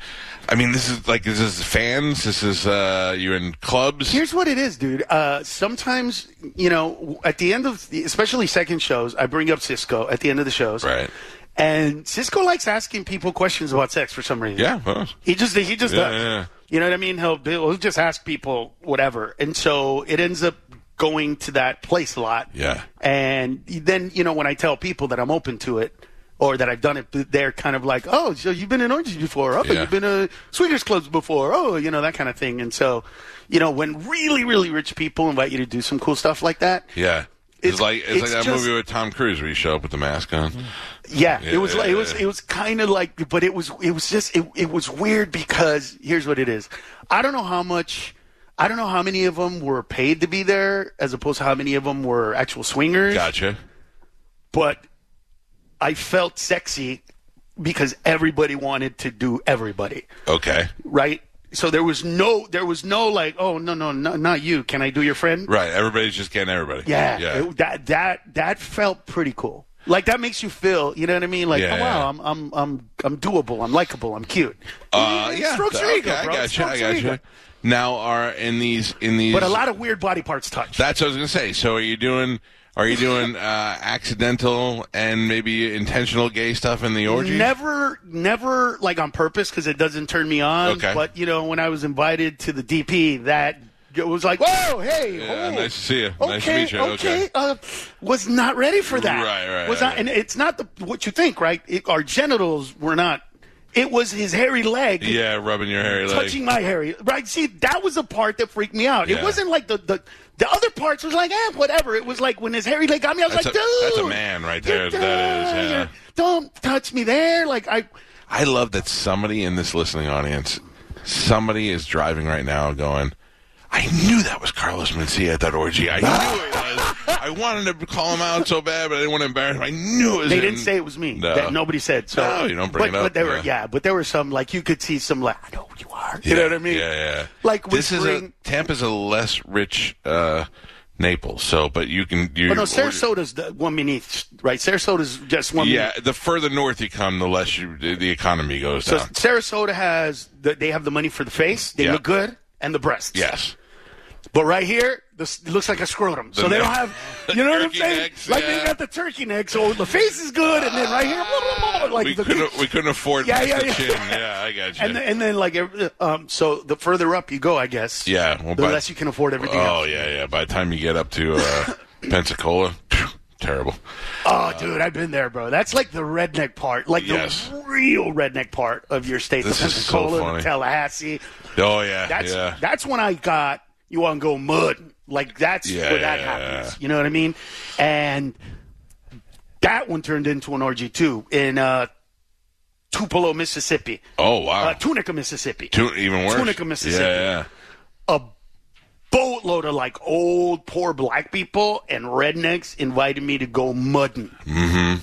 Speaker 3: I mean, this is like this is fans. This is uh you in clubs.
Speaker 4: Here's what it is, dude. Uh, sometimes, you know, at the end of, the, especially second shows, I bring up Cisco at the end of the shows.
Speaker 3: Right.
Speaker 4: And Cisco likes asking people questions about sex for some reason.
Speaker 3: yeah. Huh?
Speaker 4: He just he just
Speaker 3: Yeah,
Speaker 4: does.
Speaker 3: yeah.
Speaker 4: You know what I mean? He'll he'll just ask people whatever, and so it ends up going to that place a lot.
Speaker 3: Yeah.
Speaker 4: And then you know when I tell people that I'm open to it or that I've done it, they're kind of like, oh, so you've been in orgies before? Oh,
Speaker 3: Yeah.
Speaker 4: you've been to swingers clubs before? Oh, you know that kind of thing. And so, you know, when really really rich people invite you to do some cool stuff like that,
Speaker 3: Yeah. It's,
Speaker 4: It's-
Speaker 3: like it's, like
Speaker 4: it's
Speaker 3: that
Speaker 4: just- Mm-hmm.
Speaker 3: movie with Tom Cruise where you show up with the mask on.
Speaker 4: Yeah,
Speaker 3: Yeah,
Speaker 4: it was like,
Speaker 3: yeah,
Speaker 4: it was
Speaker 3: yeah.
Speaker 4: it was kind of like, but it was it was just it, it was weird because here's what it is. I don't know how much, I don't know how many of them were paid to be there, as opposed to how many of them were actual swingers.
Speaker 3: Gotcha.
Speaker 4: But I felt sexy because everybody wanted to do everybody,
Speaker 3: Okay.
Speaker 4: right? So there was no there was no like, oh no no no not you. Can I do your friend?
Speaker 3: Right. Everybody's just getting everybody.
Speaker 4: Yeah,
Speaker 3: Yeah.
Speaker 4: it- that that that felt pretty cool. Like that makes you feel, you know what I mean? Like,
Speaker 3: Yeah,
Speaker 4: oh
Speaker 3: yeah.
Speaker 4: wow, I'm I'm I'm I'm doable, I'm likable, I'm cute.
Speaker 3: Uh,
Speaker 4: It
Speaker 3: yeah.
Speaker 4: strokes your
Speaker 3: okay,
Speaker 4: ego,
Speaker 3: I
Speaker 4: bro. It
Speaker 3: got you. I
Speaker 4: strokes your
Speaker 3: got you.
Speaker 4: ego.
Speaker 3: Now are in these in these.
Speaker 4: But a lot of weird body parts touch.
Speaker 3: That's what I was gonna say. So are you doing? Are you doing uh, accidental and maybe intentional gay stuff in the orgy?
Speaker 4: Never, never like on purpose because it doesn't turn me on.
Speaker 3: Okay.
Speaker 4: But you know, when I was invited to the DP, that it was like, whoa, hey,
Speaker 3: Yeah,
Speaker 4: oh,
Speaker 3: nice to see you.
Speaker 4: Okay,
Speaker 3: Nice to meet you.
Speaker 4: okay. Uh, was not ready for that.
Speaker 3: Right, right,
Speaker 4: Was
Speaker 3: right.
Speaker 4: not, and it's not the what you think, right? It, our genitals were not. It was his hairy leg.
Speaker 3: Yeah, rubbing your hairy leg.
Speaker 4: touching my hairy right see that was the part that freaked me out
Speaker 3: Yeah.
Speaker 4: it wasn't like the, the the other parts was like eh, whatever it was like when his hairy leg got me i was
Speaker 3: That's
Speaker 4: like
Speaker 3: a-
Speaker 4: dude
Speaker 3: that's a man right
Speaker 4: you're
Speaker 3: there. That is,
Speaker 4: done.
Speaker 3: yeah.
Speaker 4: You're- don't touch me there like i
Speaker 3: I love that somebody in this listening audience, somebody is driving right now going, I knew that was Carlos Mencia at that orgy. I knew it was. I wanted to call him out so bad, but I didn't want to embarrass him. I knew it was.
Speaker 4: they
Speaker 3: him."
Speaker 4: didn't say it was me
Speaker 3: No.
Speaker 4: that nobody said so
Speaker 3: No, you don't bring
Speaker 4: but,
Speaker 3: it up,
Speaker 4: but there were
Speaker 3: yeah.
Speaker 4: yeah but there were some like you could see some like i know who you are
Speaker 3: Yeah,
Speaker 4: you know what i mean
Speaker 3: Yeah, yeah.
Speaker 4: Like
Speaker 3: this is a
Speaker 4: whispering-
Speaker 3: Tampa's a less rich uh, Naples, so but you can you.
Speaker 4: but no sarasota's the one beneath right sarasota's just one
Speaker 3: Yeah, the further north you come, the less you, the the economy goes
Speaker 4: beneath.
Speaker 3: down.
Speaker 4: so sarasota has the, they have the money for the face they
Speaker 3: Yeah.
Speaker 4: look good and the breasts
Speaker 3: Yes.
Speaker 4: But right here, this it looks like a scrotum. So
Speaker 3: The-
Speaker 4: they don't have, you know what I'm
Speaker 3: turkey
Speaker 4: saying?
Speaker 3: necks,
Speaker 4: like
Speaker 3: yeah.
Speaker 4: they got the turkey neck, so the face is good, and then right here, blah, blah, blah, like
Speaker 3: we
Speaker 4: the
Speaker 3: couldn't we couldn't afford
Speaker 4: Yeah,
Speaker 3: the
Speaker 4: yeah, yeah.
Speaker 3: chin. Yeah, I got you.
Speaker 4: and then, and then like every- um, so the further up you go, I guess.
Speaker 3: Yeah, well,
Speaker 4: the
Speaker 3: by-
Speaker 4: less you can afford everything.
Speaker 3: Oh
Speaker 4: else.
Speaker 3: yeah, yeah. By the time you get up to uh, Pensacola, phew, terrible.
Speaker 4: Oh, dude, I've been there, bro. That's like the redneck part, like
Speaker 3: Yes.
Speaker 4: the real redneck part of your state.
Speaker 3: This
Speaker 4: the
Speaker 3: is so
Speaker 4: Pensacola,
Speaker 3: funny.
Speaker 4: the Tallahassee.
Speaker 3: Oh yeah,
Speaker 4: That's
Speaker 3: yeah.
Speaker 4: that's when I got you want to go mud. Like that's
Speaker 3: Yeah,
Speaker 4: where that
Speaker 3: yeah,
Speaker 4: happens. You know what I mean? And that one turned into an orgy too in uh, Tupelo, Mississippi,
Speaker 3: oh wow.
Speaker 4: uh, Tunica, Mississippi.
Speaker 3: Tu- even worse.
Speaker 4: Tunica, Mississippi.
Speaker 3: Yeah,
Speaker 4: A boatload of like old poor black people and rednecks invited me to go mudding.
Speaker 3: yeah.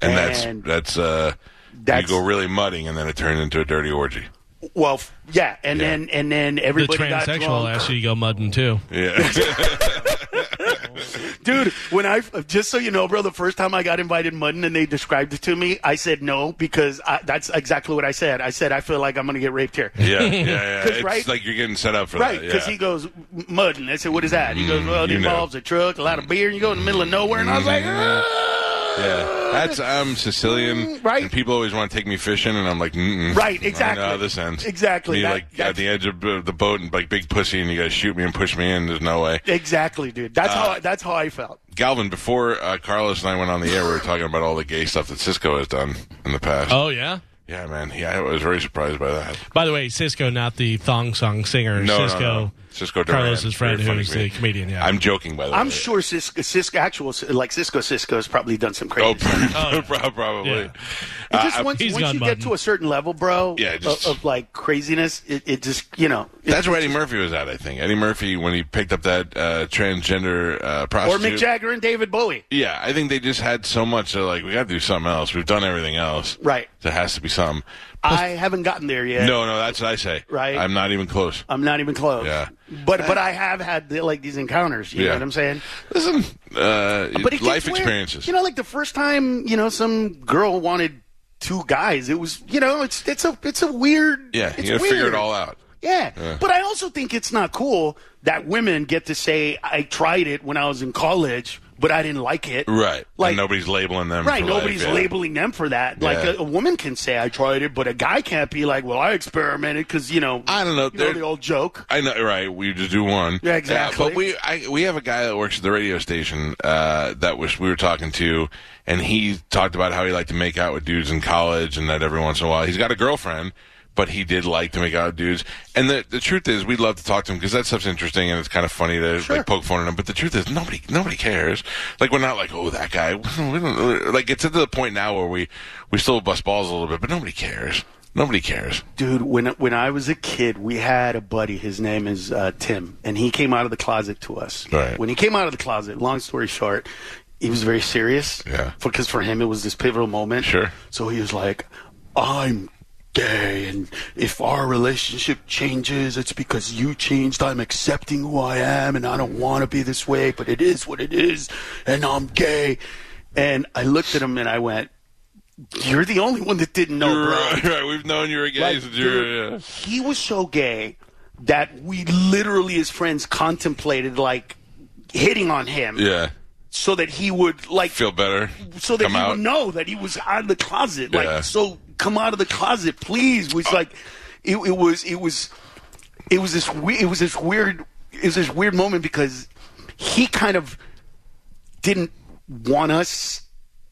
Speaker 3: And that's
Speaker 4: And-
Speaker 3: that's uh,
Speaker 4: That's-
Speaker 3: you go really mudding, and then it turned into a dirty orgy.
Speaker 4: Well, f- yeah, and
Speaker 3: Yeah.
Speaker 4: then and then
Speaker 5: The
Speaker 4: everybody got drunk.
Speaker 5: transsexual asked you to go mudding too.
Speaker 3: Yeah.
Speaker 4: Dude, when I just so you know, bro, the first time I got invited mudding and they described it to me, I said no because I, that's exactly what I said. I said I feel like I'm gonna get raped here.
Speaker 3: Yeah, yeah, yeah.
Speaker 4: 'Cause,
Speaker 3: It's
Speaker 4: right-
Speaker 3: like you're getting set up for
Speaker 4: Right,
Speaker 3: that.
Speaker 4: because
Speaker 3: yeah. Mm,
Speaker 4: he goes mudding. I said, "What is that?" He goes, "Well, it
Speaker 3: you know.
Speaker 4: involves a truck, a lot of beer, and you go in the middle of nowhere." And I was like,
Speaker 3: Mm-hmm.
Speaker 4: "Ah."
Speaker 3: Yeah, that's I'm Sicilian,
Speaker 4: Mm, right.
Speaker 3: And people always want to take me fishing, and I'm like, Mm-mm.
Speaker 4: Right, exactly.
Speaker 3: No, this ends
Speaker 4: Exactly,
Speaker 3: Me
Speaker 4: that-
Speaker 3: like at
Speaker 4: that's-
Speaker 3: the edge of uh, the boat and like big pussy, and you guys shoot me and push me in. There's no way.
Speaker 4: "Exactly, dude. That's
Speaker 3: Ah.
Speaker 4: how I, that's how I felt."
Speaker 3: Galvin, before uh, Carlos and I went on the air, we were talking about all the gay stuff that Cisco has done in the past.
Speaker 5: Oh yeah.
Speaker 3: Yeah, man. Yeah, I was very surprised by that.
Speaker 5: By the way, Cisco, not the thong song singer.
Speaker 3: No,
Speaker 5: Cisco,
Speaker 3: no, no. Cisco Duran.
Speaker 5: Carlos's friend,
Speaker 3: Very funny
Speaker 5: who's the
Speaker 3: comedian.
Speaker 5: comedian. Yeah,
Speaker 3: I'm joking, by the way.
Speaker 4: I'm sure Cisco, Cisco actual like Cisco Cisco's probably done some crazy.
Speaker 3: Oh,
Speaker 4: stuff.
Speaker 3: prob- probably.
Speaker 5: Yeah.
Speaker 4: It just
Speaker 3: Uh,
Speaker 4: once
Speaker 5: He's
Speaker 4: once
Speaker 5: gone
Speaker 4: you
Speaker 5: button.
Speaker 4: get to a certain level, bro,
Speaker 3: Yeah,
Speaker 4: of-
Speaker 3: just-
Speaker 4: of, like craziness, it, it just you know. it-
Speaker 3: That's where Eddie Murphy was at, I think. Eddie Murphy, when he picked up that uh, transgender uh,
Speaker 4: or
Speaker 3: prostitute.
Speaker 4: Mick Jagger and David Bowie.
Speaker 3: Yeah, I think they just had so much. They're like, we got to do something else. We've done everything else.
Speaker 4: Right.
Speaker 3: There has to be something.
Speaker 4: I haven't gotten there yet.
Speaker 3: No, no, that's what I say.
Speaker 4: Right.
Speaker 3: I'm not even close.
Speaker 4: I'm not even close.
Speaker 3: Yeah. Uh,
Speaker 4: But but I have had the, like these encounters. You
Speaker 3: Yeah.
Speaker 4: know what I'm saying?
Speaker 3: Listen, uh,
Speaker 4: But it gets
Speaker 3: life
Speaker 4: weird.
Speaker 3: experiences.
Speaker 4: You know, like the first time you know some girl wanted two guys. It was you know it's it's a it's a weird.
Speaker 3: yeah,
Speaker 4: it's
Speaker 3: you gotta figure it
Speaker 4: weird.
Speaker 3: all out.
Speaker 4: Yeah. But I also think it's not cool that women get to say, I tried it when I was in college, but I didn't like it.
Speaker 3: Right.
Speaker 4: Like,
Speaker 3: and nobody's labeling them.
Speaker 4: Right,
Speaker 3: for
Speaker 4: nobody's
Speaker 3: life, yeah.
Speaker 4: labeling them for that. Like
Speaker 3: Yeah.
Speaker 4: a, a woman can say, "I tried it," but a guy can't be like, "Well, I experimented," because you know,
Speaker 3: I don't know,
Speaker 4: you know
Speaker 3: they're-
Speaker 4: the old joke.
Speaker 3: I know, right? We just do one.
Speaker 4: Yeah, exactly.
Speaker 3: but we I, we have a guy that works at the radio station uh, that was we were talking to, and he talked about how he liked to make out with dudes in college, and that every once in a while he's got a girlfriend, but he did like to make out with dudes. And the the truth is, we'd love to talk to him because that stuff's interesting and it's kind of funny to like poke fun at him. But the truth is, nobody nobody cares. Like we're not like oh that guy. We don't, uh, like it's at the point now where we we still bust balls a little bit, but nobody cares. Nobody cares.
Speaker 4: Dude, when when I was a kid, we had a buddy. His name is uh, Tim, and he came out of the closet to us.
Speaker 3: Right.
Speaker 4: When he came out of the closet, long story short, he was very serious.
Speaker 3: Yeah.
Speaker 4: Because for him, it was this pivotal moment.
Speaker 3: Sure.
Speaker 4: So he was like, "I'm gay, and if our relationship changes, it's because you changed. I'm accepting who I am, and I don't want to be this way, but it is what it is, and I'm gay." And I looked at him and I went, "You're the only one that didn't know, Oh, bro."
Speaker 3: Right, right. We've known you were gay
Speaker 4: Like,
Speaker 3: since you were.
Speaker 4: dude,
Speaker 3: yeah.
Speaker 4: He was so gay that we literally, as friends, contemplated like hitting on him
Speaker 3: Yeah.
Speaker 4: so that he would like
Speaker 3: Feel better.
Speaker 4: so that
Speaker 3: Come
Speaker 4: he
Speaker 3: out.
Speaker 4: would know that he was out of the closet.
Speaker 3: Yeah.
Speaker 4: Like, so come out of the closet, please. Was like, it, it was, it was, it was this, we- it was this weird, it was this weird moment because he kind of didn't want us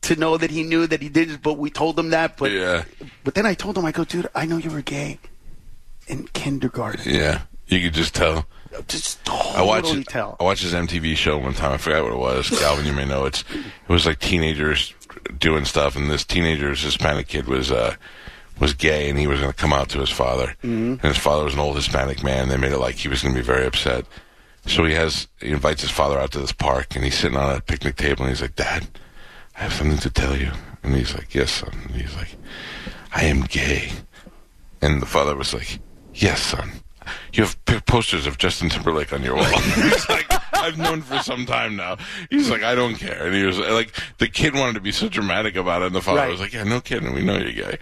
Speaker 4: to know that he knew that he did, but we told him that. But,
Speaker 3: Yeah.
Speaker 4: but then I told him, I go, dude, I know you were gay in kindergarten.
Speaker 3: Yeah. You could just tell.
Speaker 4: Just
Speaker 3: I watched.
Speaker 4: totally tell.
Speaker 3: I watched his MTV show one time. I forgot what it was. Calvin, you may know. It's. It was like teenagers doing stuff, and this teenager's Hispanic kid was. uh was gay and he was going to come out to his father,
Speaker 4: Mm-hmm.
Speaker 3: and his father was an old Hispanic man. They made it like he was going to be very upset. So he has he invites his father out to this park, and he's sitting on a picnic table, and he's like, "Dad, I have something to tell you." And he's like, "Yes, son." And he's like, "I am gay." And the father was like, "Yes, son. You have p- posters of Justin Timberlake on your wall." He's like, "I've known for some time now." He's like, "I don't care." And he was like, the kid wanted to be so dramatic about it, and the father
Speaker 4: Right.
Speaker 3: was like, "Yeah, no kidding. We know you're gay."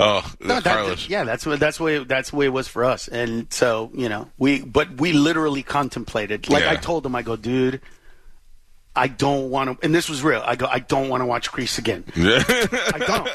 Speaker 3: Oh,
Speaker 4: No, that-
Speaker 3: Carlos.
Speaker 4: yeah, that's what that's way that's the way it was for us, and so you know we but we literally contemplated. Like
Speaker 3: Yeah.
Speaker 4: I told him, I go, dude, I don't want to, and this was real. I go, I don't want to watch Crease again. I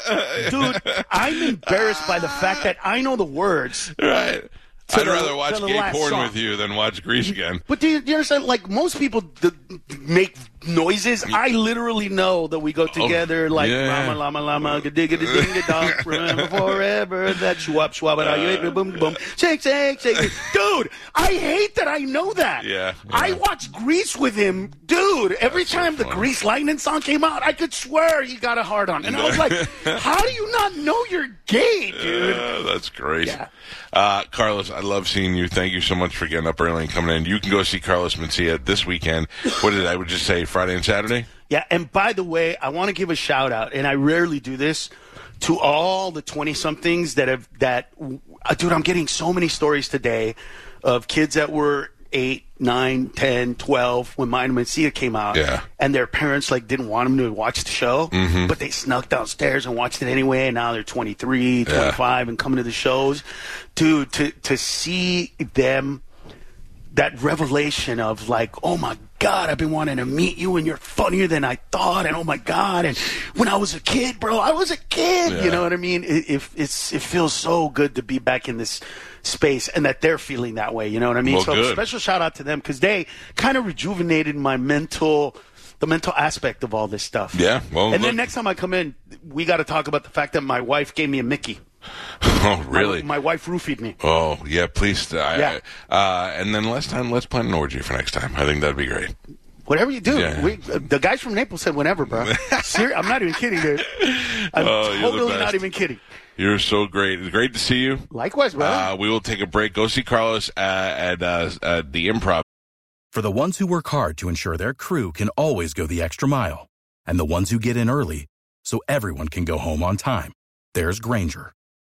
Speaker 4: don't, dude. I'm embarrassed by the fact that I know the words.
Speaker 3: right. I'd
Speaker 4: the-
Speaker 3: rather watch
Speaker 4: to the
Speaker 3: gay
Speaker 4: last
Speaker 3: porn
Speaker 4: song.
Speaker 3: with you than watch Grease again.
Speaker 4: But do you, do you understand? Like most people d- d- make noises. I literally know that we go together. like
Speaker 3: Oh, yeah.
Speaker 4: llama llama llama digga dinga dong. Remember forever that schwab schwab and you ate boom
Speaker 3: Uh.
Speaker 4: boom shake shake shake. Dude, I hate that. I know that.
Speaker 3: Yeah,
Speaker 4: I
Speaker 3: yeah.
Speaker 4: watched Grease with him, dude. Every
Speaker 3: That's so
Speaker 4: time the
Speaker 3: funny.
Speaker 4: Grease Lightning song came out, I could swear he got a hard on, and I was like, "How do you not know you're gay, dude?"
Speaker 3: Uh, that's great.
Speaker 4: Yeah.
Speaker 3: Uh, Carlos, I love seeing you. Thank you so much for getting up early and coming in. You can go see Carlos Mencia this weekend. What did I would just say Friday and Saturday?
Speaker 4: Yeah, and by the way, I want to give a shout out, and I rarely do this, to all the twenty somethings that have that. Uh, dude, I'm getting so many stories today of kids that were eight, nine, ten, twelve when Mind Mencia came out,
Speaker 3: Yeah.
Speaker 4: and their parents like didn't want them to watch the show, but they snuck downstairs and watched it anyway. And now they're 23, 25, and coming to the shows, dude. To to see them that revelation of like, oh my God, I've been wanting to meet you and you're funnier than I thought. And oh my God. And when I was a kid, bro, I was a kid.
Speaker 3: Yeah.
Speaker 4: You know what I mean? It, it, it's, it feels so good to be back in this space and that they're feeling that way. You know what I mean?
Speaker 3: Well,
Speaker 4: so
Speaker 3: good.
Speaker 4: special shout out to them because they kind of rejuvenated my mental, the mental aspect of all this stuff.
Speaker 3: Yeah, well,
Speaker 4: and
Speaker 3: look-
Speaker 4: then next time I come in, we got to talk about the fact that my wife gave me a Mickey.
Speaker 3: Oh, really?
Speaker 4: My, my wife roofied me.
Speaker 3: oh, yeah. Please. I,
Speaker 4: Yeah.
Speaker 3: Uh, and then last time, let's plan an orgy for next time. I think that'd be great.
Speaker 4: Whatever you do,
Speaker 3: Yeah.
Speaker 4: we, uh, the guys from Naples said whenever, bro. Ser- I'm not even kidding, dude. I'm
Speaker 3: Oh, you're the
Speaker 4: totally
Speaker 3: best.
Speaker 4: not even kidding.
Speaker 3: You're so great. It's great to see you.
Speaker 4: Likewise, brother.
Speaker 3: Uh, we will take a break. Go see Carlos uh, at uh, at the Improv.
Speaker 6: For the ones who work hard to ensure their crew can always go the extra mile, and the ones who get in early so everyone can go home on time, there's Granger,